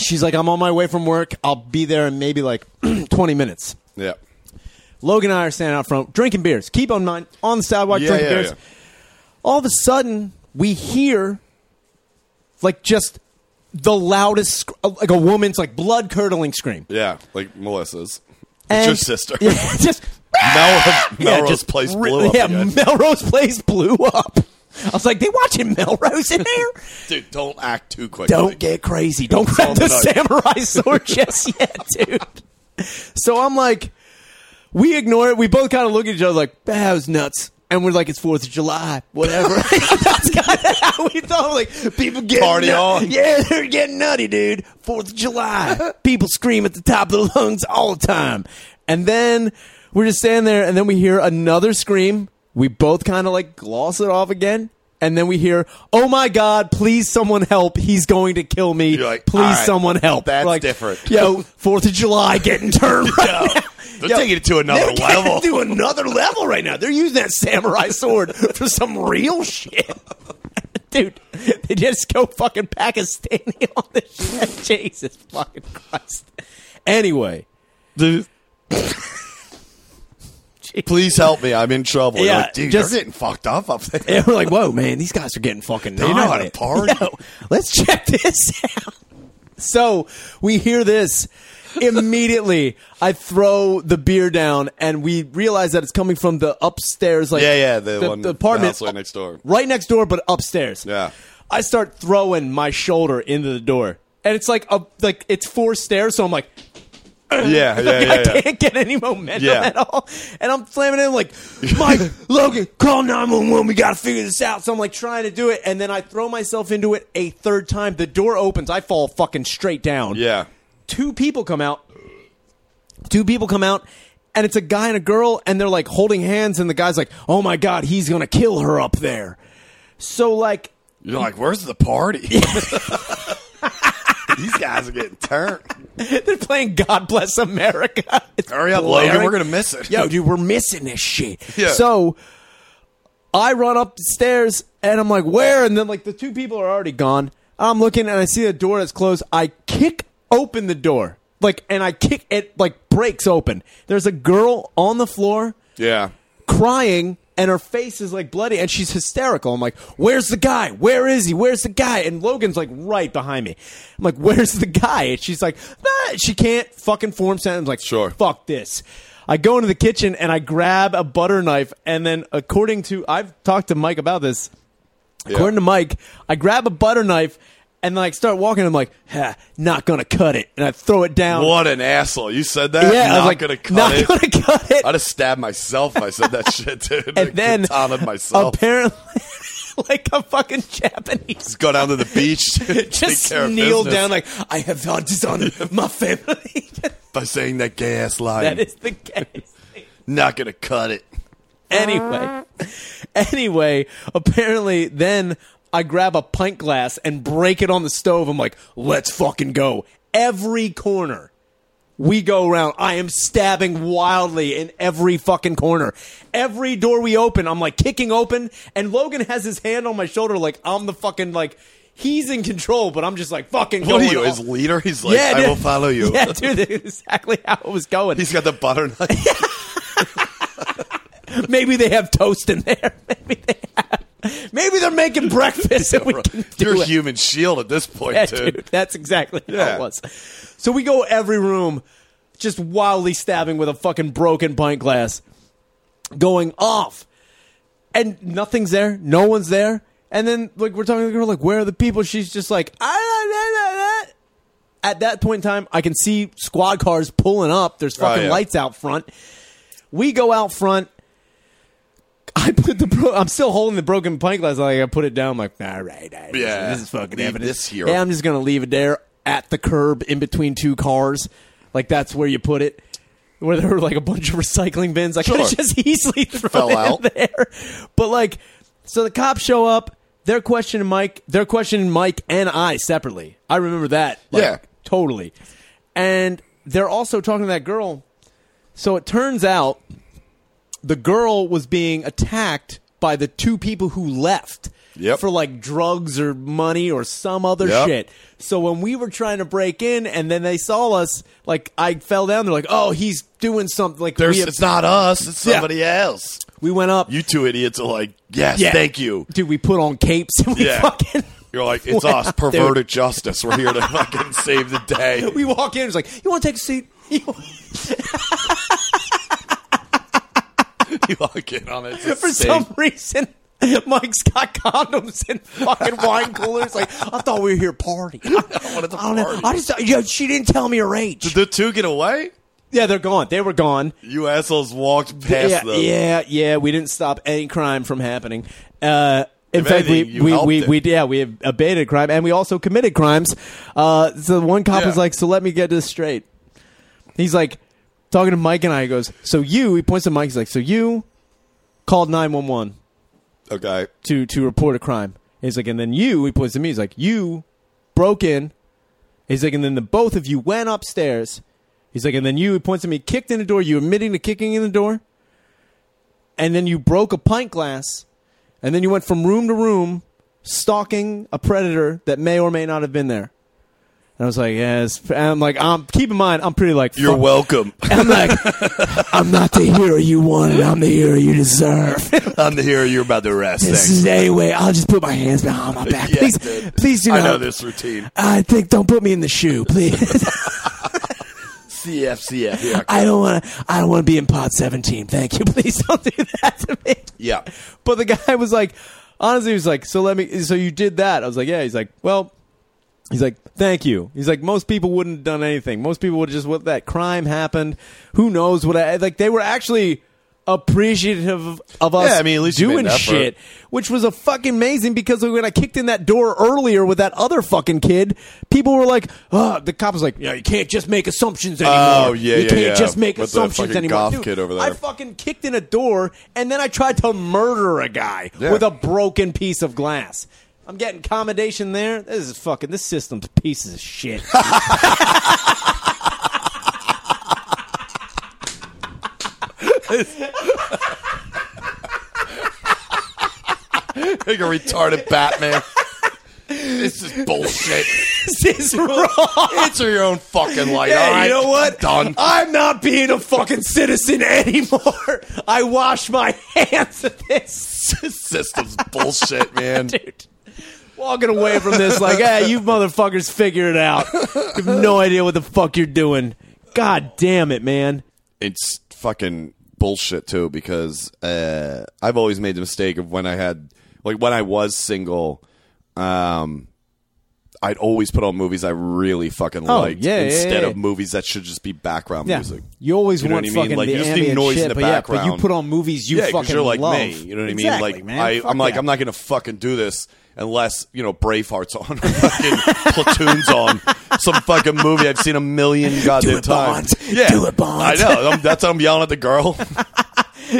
Speaker 1: She's like, I'm on my way from work. I'll be there in maybe like 20 minutes.
Speaker 2: Yeah.
Speaker 1: Logan and I are standing out front drinking beers. Keep on mind on the sidewalk
Speaker 2: Yeah,
Speaker 1: drinking
Speaker 2: yeah,
Speaker 1: beers.
Speaker 2: yeah.
Speaker 1: All of a sudden, we hear like just the loudest, sc- uh, like a woman's like blood curdling scream.
Speaker 2: Yeah. Like Melissa's.
Speaker 1: And-
Speaker 2: it's your sister.
Speaker 1: Yeah, just
Speaker 2: Melrose,
Speaker 1: yeah,
Speaker 2: Melrose
Speaker 1: just
Speaker 2: Place
Speaker 1: ri-
Speaker 2: blew up.
Speaker 1: Yeah,
Speaker 2: again.
Speaker 1: Melrose Place blew up. I was like, they watching Melrose in there.
Speaker 2: Dude, don't act too quick.
Speaker 1: Don't get crazy. Don't grab
Speaker 2: solve
Speaker 1: the
Speaker 2: the night.
Speaker 1: samurai sword just yet, dude. So I'm like, we ignore it. We both kind of look at each other like, that was nuts. And we're like, it's Fourth of July, whatever. That's kind of how we thought. Like people get
Speaker 2: Party on.
Speaker 1: Yeah, they're getting nutty, dude. Fourth of July, people scream at the top of the lungs all the time. And then we're just standing there, and then we hear another scream. We both kind of like gloss it off again. And then we hear, "Oh my God! Please, someone help! He's going to kill me!
Speaker 2: You're like,
Speaker 1: please,
Speaker 2: all right,
Speaker 1: someone help!"
Speaker 2: that's
Speaker 1: We're like,
Speaker 2: different.
Speaker 1: Yo, Fourth of July getting turned. Right now.
Speaker 2: They're taking it to another
Speaker 1: they're taking
Speaker 2: level.
Speaker 1: it to another level right now. They're using that samurai sword for some real shit. Dude, they just go fucking Pakistani on this shit. Jesus fucking Christ. Anyway.
Speaker 2: Dude.
Speaker 1: shit.
Speaker 2: Please help me. I'm in trouble. You're
Speaker 1: Yeah,
Speaker 2: like, dude,
Speaker 1: just-
Speaker 2: they're getting fucked up up there.
Speaker 1: And we're like, whoa, man, these guys are getting fucking.
Speaker 2: They know how
Speaker 1: gnarly.
Speaker 2: to party.
Speaker 1: Yo, let's check this out. So we hear this immediately. I throw the beer down, and we realize that it's coming from the upstairs, like
Speaker 2: Yeah, yeah, the, one,
Speaker 1: the apartment
Speaker 2: house right next door.
Speaker 1: right next door, but upstairs.
Speaker 2: Yeah.
Speaker 1: I start throwing my shoulder into the door, and it's like a like it's four stairs, so I'm like.
Speaker 2: Yeah, yeah,
Speaker 1: Like,
Speaker 2: yeah.
Speaker 1: I
Speaker 2: yeah.
Speaker 1: can't get any momentum
Speaker 2: Yeah.
Speaker 1: at all. And I'm slamming in like, Mike, Logan, call 911. We got to figure this out. So I'm like trying to do it. And then I throw myself into it a third time. The door opens. I fall fucking straight down.
Speaker 2: Yeah.
Speaker 1: Two people come out. Two people come out. And it's a guy and a girl. And they're like holding hands. And the guy's like, oh my God, he's going to kill her up there. So like,
Speaker 2: You're like, where's the party? These guys are getting turned.
Speaker 1: they're playing God Bless America. It's
Speaker 2: Hurry up, Logan.
Speaker 1: blaring.
Speaker 2: We're gonna miss it.
Speaker 1: Yo, dude, we're missing this shit.
Speaker 2: Yeah.
Speaker 1: So I run up the stairs and I'm like, where? And then like the two people are already gone. I'm looking and I see the door that's closed. I kick open the door. Like and I kick it like breaks open. There's a girl on the floor
Speaker 2: Yeah.
Speaker 1: crying and her face is like bloody and she's hysterical. I'm like, "Where's the guy? Where is he? Where's the guy?" And Logan's like right behind me. I'm like, "Where's the guy?" And she's like, "Ah," "She can't fucking form sentences." I'm like,
Speaker 2: Sure.
Speaker 1: fuck this." I go into the kitchen and I grab a butter knife and then according to I've talked to Mike about this. According to Mike, I grab a butter knife and then I start walking. I'm like, "Ha, not gonna cut it. And I throw it down.
Speaker 2: What an asshole. You said that?
Speaker 1: Yeah,
Speaker 2: not
Speaker 1: I was like,
Speaker 2: gonna cut
Speaker 1: not
Speaker 2: it.
Speaker 1: gonna cut it.
Speaker 2: I'd have stabbed myself if I said that shit, dude.
Speaker 1: and then
Speaker 2: taunted myself.
Speaker 1: Apparently, like a fucking Japanese,
Speaker 2: Go down to the beach.
Speaker 1: just kneel down like I have not dishonored my family.
Speaker 2: by saying that gay ass line.
Speaker 1: that is the case.
Speaker 2: not gonna cut it.
Speaker 1: Anyway, anyway, apparently, then I grab a pint glass and break it on the stove. I'm like, let's fucking go. Every corner. We go around. I am stabbing wildly in every fucking corner. Every door we open, I'm like kicking open, and Logan has his hand on my shoulder, like I'm the fucking like he's in control, but I'm just like fucking.
Speaker 2: What are
Speaker 1: going
Speaker 2: you,
Speaker 1: all-
Speaker 2: his leader? He's like, I
Speaker 1: dude.
Speaker 2: will follow you.
Speaker 1: Yeah, dude, that's exactly how it was going.
Speaker 2: He's got the butter knife.
Speaker 1: Maybe they have toast in there. Maybe they have. Maybe they're making breakfast and we can do
Speaker 2: You're
Speaker 1: it.
Speaker 2: human shield at this point,
Speaker 1: Yeah,
Speaker 2: dude.
Speaker 1: dude, that's exactly how
Speaker 2: Yeah.
Speaker 1: it was. So we go every room, just wildly stabbing with a fucking broken pint glass, going off, and nothing's there. No one's there. And then like we're talking to the girl, like where are the people? She's just like ah, da, da, da, da." At that point in time, I can see squad cars pulling up. There's fucking
Speaker 2: Oh, yeah.
Speaker 1: lights out front. We go out front. I put the bro- I'm still holding the broken pint glass. Like I put it down. like all right, all right
Speaker 2: Yeah.
Speaker 1: this is fucking
Speaker 2: Leave
Speaker 1: evidence.
Speaker 2: this here.
Speaker 1: Yeah, I'm just gonna leave it there at the curb in between two cars. Like that's where you put it. Where there were like a bunch of recycling bins. I could
Speaker 2: Sure.
Speaker 1: have just easily thrown
Speaker 2: fell
Speaker 1: it
Speaker 2: out.
Speaker 1: there. But like so the cops show up, they're questioning Mike they're questioning Mike and I separately. I remember that. Like,
Speaker 2: Yeah.
Speaker 1: Totally. And they're also talking to that girl. So it turns out the girl was being attacked by the two people who left
Speaker 2: Yep.
Speaker 1: for like drugs or money or some other
Speaker 2: Yep.
Speaker 1: shit. So when we were trying to break in and then they saw us, like I fell down, they're like, "Oh, he's doing something." Like
Speaker 2: There's,
Speaker 1: we,
Speaker 2: it's not us. It's somebody else.
Speaker 1: we went up,
Speaker 2: You two idiots are like, yes,
Speaker 1: Yeah.
Speaker 2: thank you.
Speaker 1: dude. We put on capes and we
Speaker 2: Yeah.
Speaker 1: fucking
Speaker 2: You're like, it's
Speaker 1: Wow,
Speaker 2: us,
Speaker 1: dude.
Speaker 2: perverted justice. We're here to fucking save the day.
Speaker 1: we walk in. It's like, "You want to take a seat?"
Speaker 2: You walk in on it. It's a
Speaker 1: for
Speaker 2: steak.
Speaker 1: some reason. Mike's got condoms and fucking wine coolers. Like I thought we were here party. I,
Speaker 2: wanted to
Speaker 1: don't know.
Speaker 2: party.
Speaker 1: I just yeah, she didn't tell me her age.
Speaker 2: the two get away?
Speaker 1: yeah, they're gone. They were gone.
Speaker 2: You assholes walked past
Speaker 1: yeah,
Speaker 2: them.
Speaker 1: Yeah, yeah, we didn't stop any crime from happening. Uh, in
Speaker 2: If
Speaker 1: fact,
Speaker 2: anything, you
Speaker 1: we
Speaker 2: helped
Speaker 1: we, we
Speaker 2: it.
Speaker 1: we yeah we abated crime and we also committed crimes. Uh, so one cop
Speaker 2: Yeah.
Speaker 1: is like, "So let me get this straight." He's like talking to Mike and I. He goes, "So you?" He points to Mike. He's like, "So you called nine one one
Speaker 2: Okay.
Speaker 1: to to report a crime?" He's like, and then you. He points to me. He's like, "You broke in." He's like, and then the both of you went upstairs. He's like, and then you, he points at me, kicked in the door. You admitting to kicking in the door. And then you broke a pint glass. And then you went from room to room, stalking a predator that may or may not have been there. And I was like, yes. And I'm like, um, keep in mind, I'm pretty like,
Speaker 2: You're
Speaker 1: fuck-
Speaker 2: welcome.
Speaker 1: I'm like, I'm not the hero you wanted. I'm the hero you deserve.
Speaker 2: I'm the hero. You're about to rest.
Speaker 1: This
Speaker 2: Thanks.
Speaker 1: is anyway. I'll just put my hands behind my back.
Speaker 2: Yeah,
Speaker 1: please,
Speaker 2: dude.
Speaker 1: please do
Speaker 2: I
Speaker 1: not.
Speaker 2: know this routine.
Speaker 1: I think don't put me in the shoe, please.
Speaker 2: CFCF. Yeah.
Speaker 1: I don't want to. I don't want to be in pod 17. Thank you. Please don't do that to me.
Speaker 2: Yeah.
Speaker 1: But the guy was like, honestly, he was like, so let me. So you did that? I was like, yeah. He's like, well. He's like, thank you. He's like, most people wouldn't have done anything. Most people would just what that crime happened. Who knows what? I, like they were actually appreciative of us.
Speaker 2: Yeah, I mean, at least you made
Speaker 1: doing
Speaker 2: an effort.
Speaker 1: shit, which was a fucking amazing because when I kicked in that door earlier with that other fucking kid, people were like, oh, the cop was like, yeah, you can't just make assumptions anymore.
Speaker 2: Oh, yeah,
Speaker 1: you
Speaker 2: yeah,
Speaker 1: can't
Speaker 2: yeah.
Speaker 1: just make
Speaker 2: With the
Speaker 1: assumptions
Speaker 2: fucking
Speaker 1: anymore.
Speaker 2: goth
Speaker 1: Dude,
Speaker 2: kid over
Speaker 1: I
Speaker 2: there.
Speaker 1: fucking kicked in a door and then I tried to murder a guy
Speaker 2: Yeah.
Speaker 1: with a broken piece of glass. I'm getting accommodation there. This is fucking this system's pieces of shit.
Speaker 2: Like a retarded Batman. this is bullshit.
Speaker 1: this is wrong.
Speaker 2: Answer your own fucking light.
Speaker 1: Yeah,
Speaker 2: all right?
Speaker 1: you know what?
Speaker 2: Done.
Speaker 1: I'm not being a fucking citizen anymore. I wash my hands of this,
Speaker 2: This system's bullshit, man.
Speaker 1: dude. Walking away from this like, hey, you motherfuckers figure it out. You have no idea what the fuck you're doing. God damn it, man.
Speaker 2: It's fucking bullshit too because uh, I've always made the mistake of when I had like when I was single, um, I'd always put on movies I really fucking
Speaker 1: Oh,
Speaker 2: liked
Speaker 1: yeah, yeah,
Speaker 2: instead
Speaker 1: yeah.
Speaker 2: of movies that should just be background
Speaker 1: Yeah.
Speaker 2: music.
Speaker 1: You always
Speaker 2: You know
Speaker 1: want
Speaker 2: what I mean?
Speaker 1: fucking
Speaker 2: Like,
Speaker 1: the
Speaker 2: you just need
Speaker 1: ambient
Speaker 2: noise in
Speaker 1: shit,
Speaker 2: the
Speaker 1: but yeah, but you
Speaker 2: background.
Speaker 1: put on movies you
Speaker 2: yeah,
Speaker 1: fucking
Speaker 2: you're like
Speaker 1: love.
Speaker 2: me. You know what
Speaker 1: exactly,
Speaker 2: I mean? Like
Speaker 1: man.
Speaker 2: I,
Speaker 1: Fuck
Speaker 2: I'm like
Speaker 1: that.
Speaker 2: I'm not gonna fucking do this unless you know Braveheart's on, or fucking platoons on, some fucking movie I've seen a million goddamn
Speaker 1: it, Bond.
Speaker 2: times. Yeah,
Speaker 1: Do it, Bond.
Speaker 2: I know. I'm, that's how I'm yelling at the girl.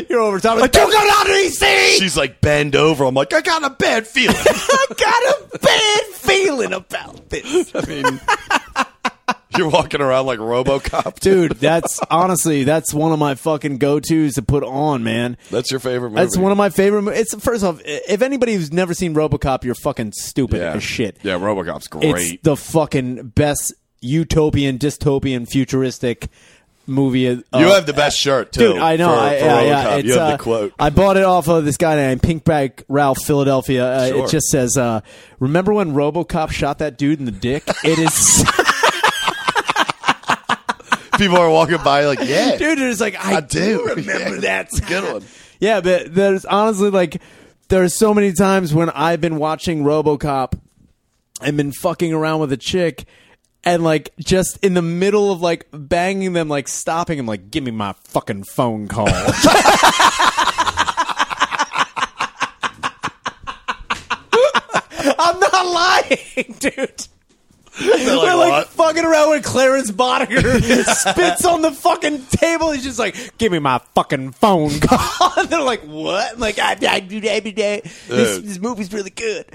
Speaker 1: You're over top. Like, you got an EC.
Speaker 2: She's like bend over. I'm like I got a bad feeling.
Speaker 1: I got a bad feeling about this.
Speaker 2: I mean, you're walking around like RoboCop,
Speaker 1: Dude, that's honestly that's one of my fucking go-tos to put on, man.
Speaker 2: That's your favorite movie.
Speaker 1: That's one of my favorite. Mo- it's first off, i- if anybody who's never seen RoboCop, you're fucking stupid
Speaker 2: yeah.
Speaker 1: as shit.
Speaker 2: Yeah, RoboCop's
Speaker 1: It's
Speaker 2: great.
Speaker 1: the fucking best utopian, dystopian, futuristic movie. of-
Speaker 2: you
Speaker 1: of
Speaker 2: have the best shirt too.
Speaker 1: uh, Dude, I know.
Speaker 2: For,
Speaker 1: I,
Speaker 2: for
Speaker 1: yeah,
Speaker 2: RoboCop.
Speaker 1: yeah, it's,
Speaker 2: you have
Speaker 1: uh,
Speaker 2: the quote.
Speaker 1: I bought it off of this guy named Pinkback Ralph Philadelphia. Uh,
Speaker 2: Sure.
Speaker 1: It just says, uh, "Remember when RoboCop shot that dude in the dick?" It is,
Speaker 2: People are walking by like, yeah,
Speaker 1: dude. It's like I,
Speaker 2: I do
Speaker 1: remember
Speaker 2: Yeah,
Speaker 1: that.
Speaker 2: It's a good one.
Speaker 1: Yeah, but there's honestly like there's so many times when I've been watching RoboCop and been fucking around with a chick and like just in the middle of like banging them like stopping them like give me my fucking phone call. I'm not lying, dude.
Speaker 2: They're
Speaker 1: We're like
Speaker 2: "What?"
Speaker 1: fucking around with Clarence Boddicker spits on the fucking table. He's just like, "Give me my fucking phone call." And they're like, "What?" I'm like, "I, I do that every day. This,
Speaker 2: Dude.
Speaker 1: this movie's really good."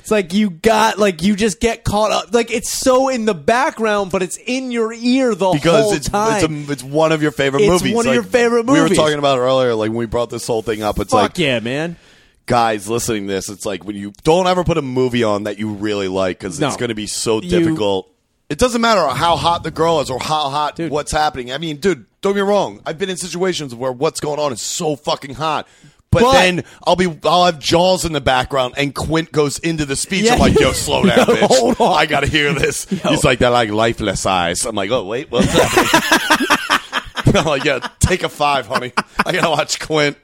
Speaker 1: It's like you got like you just get caught up. Like it's so in the background, but it's in your ear the
Speaker 2: because
Speaker 1: whole
Speaker 2: it's
Speaker 1: time.
Speaker 2: it's, a, it's one of your favorite
Speaker 1: It's
Speaker 2: movies.
Speaker 1: one of your favorite
Speaker 2: We were
Speaker 1: movies.
Speaker 2: talking about it earlier, like when we brought this whole thing up. It's
Speaker 1: Fuck
Speaker 2: like
Speaker 1: yeah, man.
Speaker 2: guys listening to this. It's like when you don't ever put a movie on that you really like because
Speaker 1: No.
Speaker 2: it's going to be so
Speaker 1: You-
Speaker 2: difficult. It doesn't matter how hot the girl is or how hot what's happening. I mean, dude, don't be wrong. I've been in situations where what's going on is so fucking hot. But,
Speaker 1: But-
Speaker 2: then I'll be I'll have Jaws in the background and Quint goes into the speech.
Speaker 1: Yeah.
Speaker 2: I'm like, yo, slow down, bitch.
Speaker 1: Hold on.
Speaker 2: I gotta hear this. He's like that like lifeless eyes. I'm like, oh wait, what's happening? I'm like, yeah, take a five, honey. I gotta watch Quint.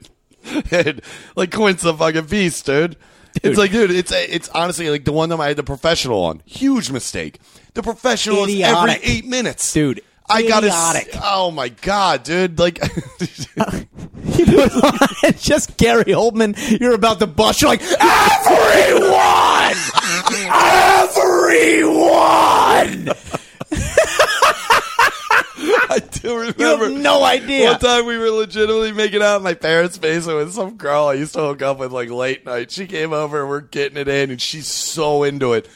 Speaker 2: Dude, like Quint's a fucking beast, dude. It's like, dude, it's it's honestly like the one time I had the professional on. Huge mistake. The professional
Speaker 1: Idiotic.
Speaker 2: is every eight minutes,
Speaker 1: Dude,
Speaker 2: I gotta.
Speaker 1: idiotic.
Speaker 2: s- Oh my god, dude! Like,
Speaker 1: You put on just Gary Oldman. You're about to bust. You're like, everyone, everyone.
Speaker 2: I do
Speaker 1: You
Speaker 2: remember.
Speaker 1: have no idea.
Speaker 2: One time we were legitimately making out in my parents' basement with some girl I used to hook up with like late night. She came over and we're getting it in, and she's so into it.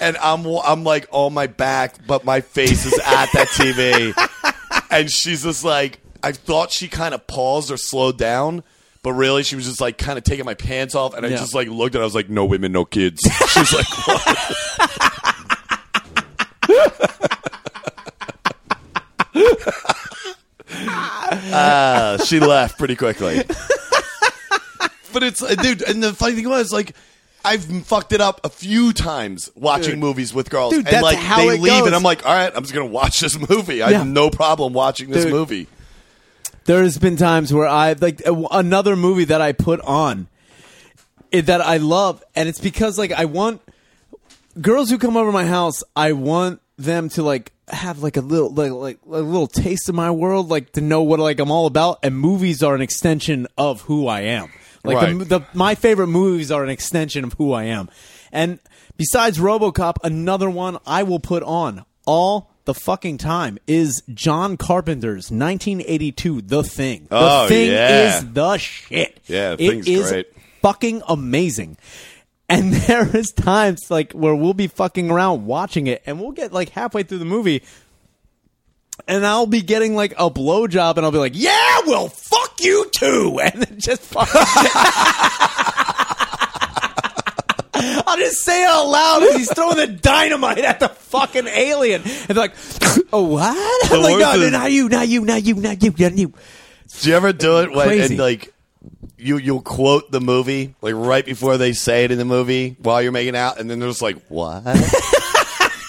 Speaker 2: And I'm I'm like on my back, but my face is at that TV, and she's just like I thought she kind of paused or slowed down. But really, she was just like kind of taking my pants off, and I
Speaker 1: Yeah.
Speaker 2: just like looked at. her. I was like, "No women, no kids." She's like, "What?" Uh, she left pretty quickly. but it's uh, dude, and the funny thing was like. I've fucked it up a few times watching
Speaker 1: Dude.
Speaker 2: movies with girls,
Speaker 1: Dude,
Speaker 2: and
Speaker 1: that's
Speaker 2: like
Speaker 1: how
Speaker 2: they
Speaker 1: it
Speaker 2: leave,
Speaker 1: goes.
Speaker 2: and I'm like, "All right, I'm just gonna watch this movie. I
Speaker 1: Yeah.
Speaker 2: have no problem watching this
Speaker 1: Dude.
Speaker 2: movie."
Speaker 1: There's been times where I like a- another movie that I put on it- eh, that I love, and it's because like I want girls who come over my house. I want them to like have like a little like like a little taste of my world, like to know what like I'm all about. And movies are an extension of who I am. Like the,
Speaker 2: Right.
Speaker 1: the my favorite movies are an extension of who I am. And besides RoboCop, another one I will put on all the fucking time is John Carpenter's 1982 The Thing. The
Speaker 2: Oh,
Speaker 1: Thing
Speaker 2: yeah.
Speaker 1: is the shit.
Speaker 2: Yeah, The
Speaker 1: It
Speaker 2: Thing's
Speaker 1: is
Speaker 2: great.
Speaker 1: fucking amazing. And there is times like where we'll be fucking around watching it, and we'll get like halfway through the movie, and I'll be getting like a blowjob, and I'll be like, "Yeah, well, fuck you too," and then just fucking. I'll just say it out loud as he's throwing the dynamite at the fucking alien, and they're like, "Oh what?" I'm like,
Speaker 2: worst
Speaker 1: "No, no,
Speaker 2: is-
Speaker 1: not you, not you, not you, not you, not you."
Speaker 2: Do you ever do it when
Speaker 1: Crazy.
Speaker 2: and like you you'll quote the movie like right before they say it in the movie while you're making out, and then they're just like, "What?"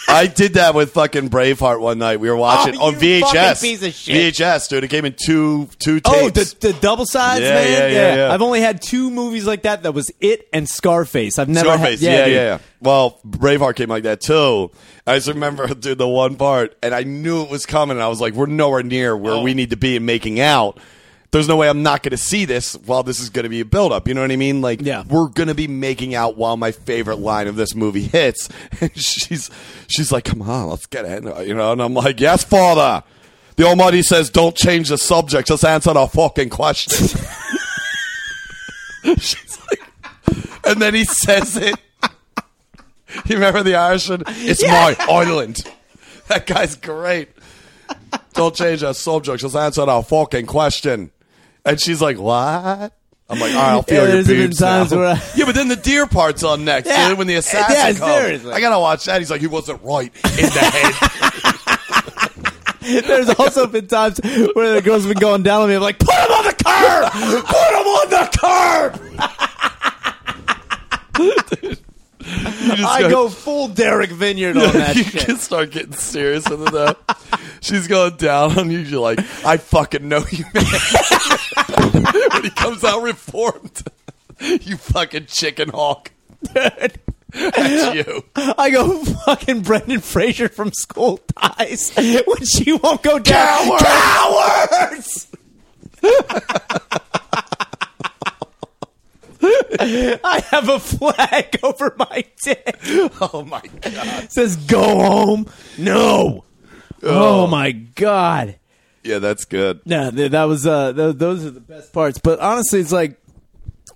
Speaker 2: I did that with fucking Braveheart one night. We were watching
Speaker 1: Oh,
Speaker 2: on
Speaker 1: you
Speaker 2: VHS.
Speaker 1: fucking piece of shit.
Speaker 2: VHS, dude. It came in two two tapes.
Speaker 1: Oh, the, the double sides,
Speaker 2: Yeah,
Speaker 1: man.
Speaker 2: yeah, yeah, yeah.
Speaker 1: I've only had two movies like that. That was it and Scarface. I've never
Speaker 2: Scarface,
Speaker 1: had.
Speaker 2: yeah, yeah,
Speaker 1: dude.
Speaker 2: yeah, Well, Braveheart came like that too. I just remember, dude, the one part, and I knew it was coming. And I was like, "We're nowhere near where
Speaker 1: Oh.
Speaker 2: we need to be in making out." There's no way I'm not going to see this while this is going to be a build up. You know what I mean? Like,
Speaker 1: Yeah.
Speaker 2: we're going to be making out while my favorite line of this movie hits. And she's she's like, "Come on, let's get in," you know. And I'm like, "Yes, father." The Almighty says, "Don't change the subject. Just answer the fucking question." She's like, and then he says it. You remember the Irishman? It's my island. That guy's great. Don't change our subject. Just answer our fucking question. And she's like, "What?" I'm like, "All right, I'll feel
Speaker 1: Yeah,
Speaker 2: your
Speaker 1: there's been
Speaker 2: boobs
Speaker 1: times
Speaker 2: now."
Speaker 1: where I-
Speaker 2: yeah, but then the deer part's on next.
Speaker 1: Yeah.
Speaker 2: dude, when the assassin
Speaker 1: Yeah,
Speaker 2: comes,
Speaker 1: seriously.
Speaker 2: I gotta watch that. He's like, "He wasn't right in the head."
Speaker 1: There's also been times where the girl's been going down on me. I'm like, put him on the curb! Put him on the curb!
Speaker 2: You just
Speaker 1: I go full Derek Vineyard on that
Speaker 2: you
Speaker 1: shit.
Speaker 2: can start getting serious with it though. She's going down on you. You're like, I fucking know you, man. when he comes out reformed, you fucking chicken hawk. That's you.
Speaker 1: I go fucking Brendan Fraser from School Ties when she won't go down.
Speaker 2: Coward!
Speaker 1: Cowards! I have a flag over my dick.
Speaker 2: Oh my god.
Speaker 1: says go home. No. Oh, my god.
Speaker 2: Yeah, that's good.
Speaker 1: No, th- that was uh, th- those are the best parts. But honestly, it's like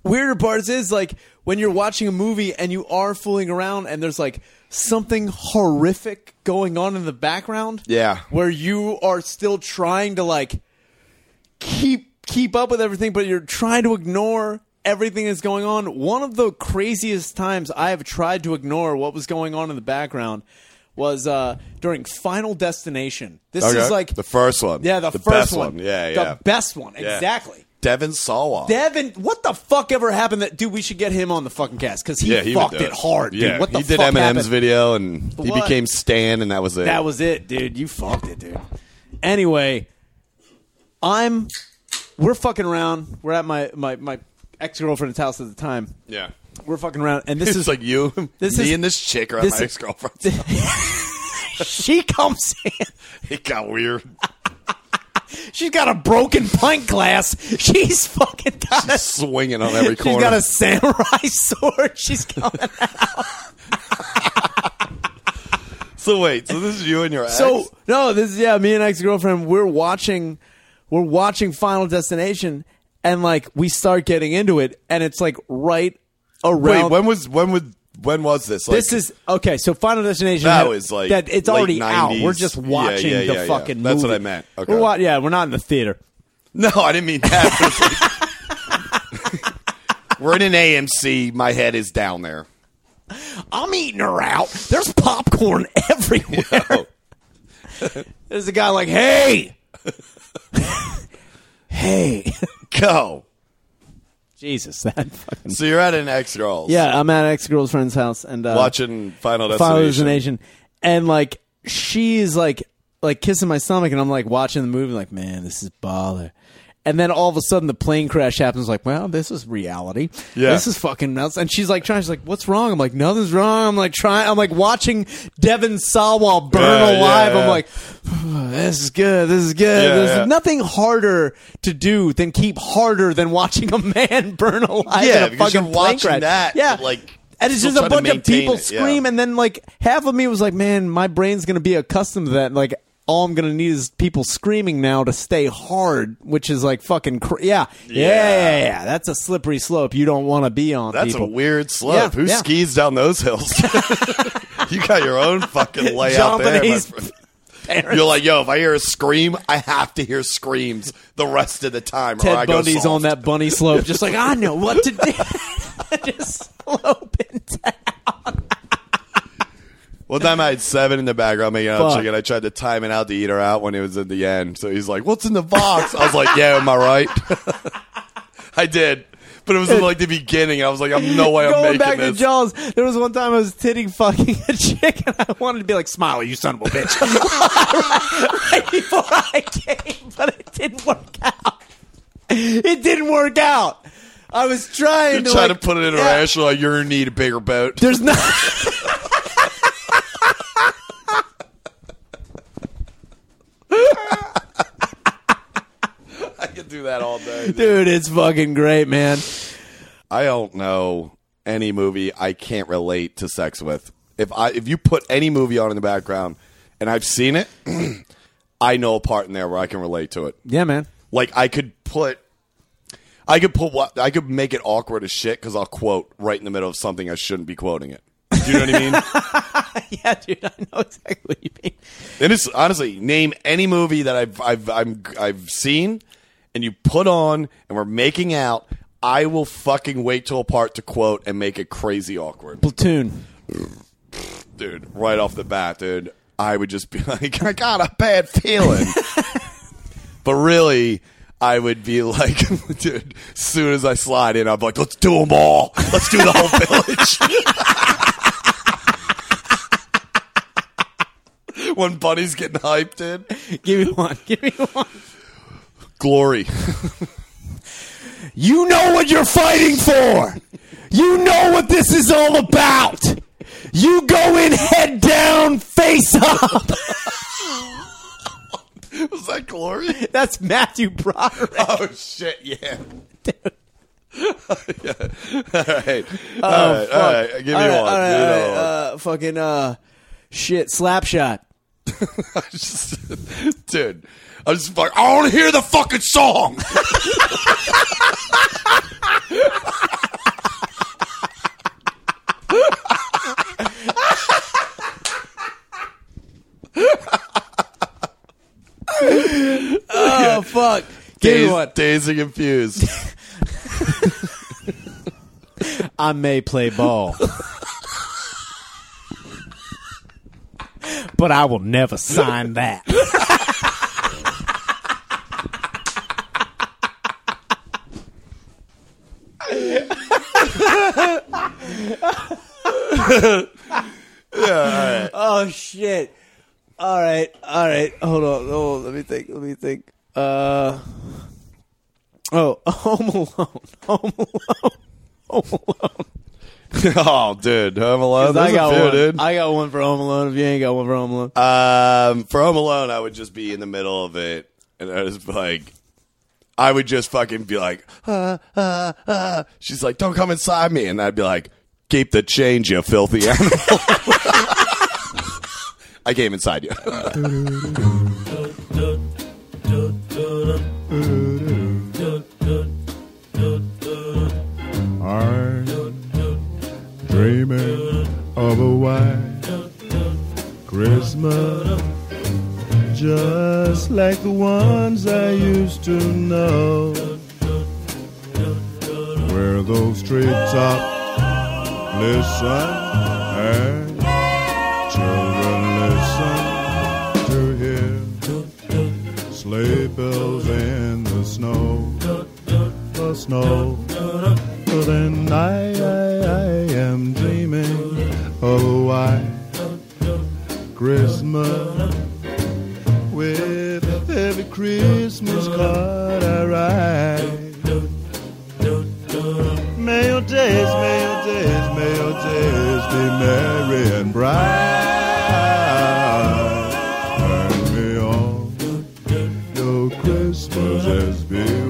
Speaker 1: weirder parts is like when you're watching a movie and you are fooling around and there's like something horrific going on in the background.
Speaker 2: Yeah.
Speaker 1: where you are still trying to like keep keep up with everything, but you're trying to ignore everything that's going on. One of the craziest times I have tried to ignore what was going on in the background was uh, during Final Destination. This
Speaker 2: Okay.
Speaker 1: is like
Speaker 2: the first one.
Speaker 1: yeah, the,
Speaker 2: the
Speaker 1: first
Speaker 2: best
Speaker 1: one.
Speaker 2: Yeah,
Speaker 1: the
Speaker 2: yeah.
Speaker 1: best one.
Speaker 2: Yeah.
Speaker 1: Exactly.
Speaker 2: Devin Sawa.
Speaker 1: Devin, what the fuck ever happened? That dude, we should get him on the fucking cast because he,
Speaker 2: yeah, he would
Speaker 1: fucked
Speaker 2: do
Speaker 1: it hard, dude.
Speaker 2: Yeah,
Speaker 1: What the
Speaker 2: he did
Speaker 1: fuck
Speaker 2: Eminem's
Speaker 1: happened?
Speaker 2: video, and he
Speaker 1: What?
Speaker 2: became Stan, and that was it.
Speaker 1: That was it, dude. You fucked it, dude. Anyway, I'm. We're fucking around. We're at my my my ex girlfriend's house at the time.
Speaker 2: yeah.
Speaker 1: We're fucking around, and this
Speaker 2: This
Speaker 1: is
Speaker 2: is like you,
Speaker 1: this
Speaker 2: me,
Speaker 1: is-
Speaker 2: and this chick are at
Speaker 1: this
Speaker 2: my
Speaker 1: is-
Speaker 2: ex girlfriend's.
Speaker 1: she comes in.
Speaker 2: it got weird.
Speaker 1: She's got a broken pint glass. She's fucking got a
Speaker 2: swinging on every corner.
Speaker 1: She's got a samurai sword. She's coming.
Speaker 2: so wait, so this is you and your ex.
Speaker 1: so no, this is yeah. Me and ex girlfriend, we're watching, we're watching Final Destination, and like we start getting into it, and it's like right around.
Speaker 2: wait, when was when would when was this? Like,
Speaker 1: this is okay. So Final Destination
Speaker 2: That
Speaker 1: had-
Speaker 2: was, like,
Speaker 1: that. It's
Speaker 2: late
Speaker 1: already out.
Speaker 2: 90s.
Speaker 1: We're just
Speaker 2: Yeah,
Speaker 1: watching
Speaker 2: yeah,
Speaker 1: the
Speaker 2: yeah, yeah.
Speaker 1: fucking.
Speaker 2: That's what
Speaker 1: movie.
Speaker 2: I meant. Okay.
Speaker 1: We're wa- yeah, we're not in the theater.
Speaker 2: no, I didn't mean that. It was like- we're in an AMC. My head is down there.
Speaker 1: I'm eating her out. There's popcorn everywhere.
Speaker 2: Oh,
Speaker 1: There's a guy like, hey, hey,
Speaker 2: Go.
Speaker 1: Jesus, that fucking.
Speaker 2: So you're at an ex girls.
Speaker 1: Yeah, I'm at ex girlfriend's house and uh,
Speaker 2: Watching Final Destination.
Speaker 1: Final Destination, and like she's like like kissing my stomach, and I'm like watching the movie, like man, this is baller. And then all of a sudden, the plane crash happens. Like, well, this is reality.
Speaker 2: Yeah.
Speaker 1: this is fucking nuts. And she's like, trying. She's like, "What's wrong?" I'm like, "Nothing's wrong." I'm like, trying. I'm like watching Devin Sawa burn
Speaker 2: Yeah, yeah,
Speaker 1: alive. I'm
Speaker 2: yeah.
Speaker 1: like, "This is good. This is good.
Speaker 2: Yeah,
Speaker 1: There's
Speaker 2: yeah.
Speaker 1: nothing harder to do than keep harder than watching a man burn alive
Speaker 2: Yeah,
Speaker 1: in a
Speaker 2: because
Speaker 1: fucking
Speaker 2: you're
Speaker 1: plane
Speaker 2: watching
Speaker 1: crash."
Speaker 2: that,
Speaker 1: Yeah,
Speaker 2: but, like,
Speaker 1: and it's
Speaker 2: still
Speaker 1: just a
Speaker 2: trying to
Speaker 1: bunch of
Speaker 2: maintain
Speaker 1: people
Speaker 2: it, yeah.
Speaker 1: scream, and then like half of me was like, "Man, my brain's gonna be accustomed to that." And, like all I'm gonna need is people screaming now to stay hard, which is like fucking cr- yeah. yeah, yeah, yeah, That's a slippery slope you don't want to be on.
Speaker 2: That's
Speaker 1: people.
Speaker 2: a weird slope.
Speaker 1: Yeah,
Speaker 2: Who
Speaker 1: yeah.
Speaker 2: skis down those hills? you got your own fucking layout there. My
Speaker 1: Japanese
Speaker 2: friend.
Speaker 1: parents.
Speaker 2: You're like, yo, if I hear a scream, I have to hear screams the rest of the time. or I
Speaker 1: Ted
Speaker 2: go
Speaker 1: Bundy's
Speaker 2: soft.
Speaker 1: on that bunny slope, just like I know what to do. just slope it down.
Speaker 2: One time I had seven in the background making out
Speaker 1: Fuck.
Speaker 2: chicken. I tried to time it out to eat her out when it was at the end. So he's like, what's in the box? I was like, yeah, am I right? I did. But it was like the beginning. I was like, I'm no way I'm
Speaker 1: Going
Speaker 2: making
Speaker 1: back
Speaker 2: this.
Speaker 1: to Jaws, there was one time I was titty fucking a chick, and I wanted to be like, "Smile, you son of a bitch!" right before I came, but it didn't work out. It didn't work out. I was trying
Speaker 2: You're
Speaker 1: to
Speaker 2: trying
Speaker 1: like,
Speaker 2: to put it in a
Speaker 1: yeah.
Speaker 2: rational, like, you're going to need a bigger boat.
Speaker 1: There's no.
Speaker 2: I could do that all day.
Speaker 1: Dude, it's fucking great, man.
Speaker 2: I don't know any movie I can't relate to sex with. If I if you put any movie on in the background and I've seen it, I know a part in there where I can relate to it.
Speaker 1: Yeah, man.
Speaker 2: Like I could put I could put what I could make it awkward as shit cuz I'll quote right in the middle of something I shouldn't be quoting it. Do you know what I mean?
Speaker 1: Yeah, dude, I know exactly what you mean.
Speaker 2: And it's honestly name any movie that I've I've I'm, I've seen, and you put on, and we're making out. I will fucking wait till a part to quote and make it crazy awkward,
Speaker 1: Platoon.
Speaker 2: dude. Right off the bat, dude. I would just be like, I got a bad feeling. but really, I would be like, dude. Soon as I slide in, I'm like, let's do them all. Let's do the whole village. when Bunny's getting hyped, dude.
Speaker 1: Give me one. Give me one.
Speaker 2: Glory.
Speaker 1: You know what you're fighting for. You know what this is all about. You go in head down, face up.
Speaker 2: Was that Glory?
Speaker 1: That's Matthew Broderick.
Speaker 2: Oh shit! Yeah. yeah. All right. Oh, all
Speaker 1: All right,
Speaker 2: right. Give me one.
Speaker 1: all right,
Speaker 2: Give me
Speaker 1: all right,
Speaker 2: another one.
Speaker 1: uh, fucking uh, shit, Slapshot.
Speaker 2: Just- dude, I'm just like, I want to hear the fucking song.
Speaker 1: Oh fuck! Give me
Speaker 2: Daz-
Speaker 1: one.
Speaker 2: Dazed and confused.
Speaker 1: I may play ball, but I will never sign that. Oh shit! All right, all right. Hold on, hold on. Let me think. Let me think. Uh. Oh, Home Alone. Home Alone.
Speaker 2: oh, dude, Home Alone.
Speaker 1: I
Speaker 2: There's a
Speaker 1: got
Speaker 2: few,
Speaker 1: one.
Speaker 2: dude.
Speaker 1: I got one for Home Alone. If you ain't got one for Home Alone,
Speaker 2: Um, for Home Alone, I would just be in the middle of it, and I was like, I would just fucking be like, uh, uh, uh. She's like, don't come inside me, and I'd be like, keep the change, you filthy animal. I came inside you.
Speaker 3: I'm dreaming of a white Christmas, just like the ones I used to know. Where those treetops listen and children listen to hear sleigh bells in the snow. snow. But then I, I, I am dreaming Oh, of a white Christmas. With every Christmas card I write. May your days, may your days, may your days be merry and bright. And may all your Christmases be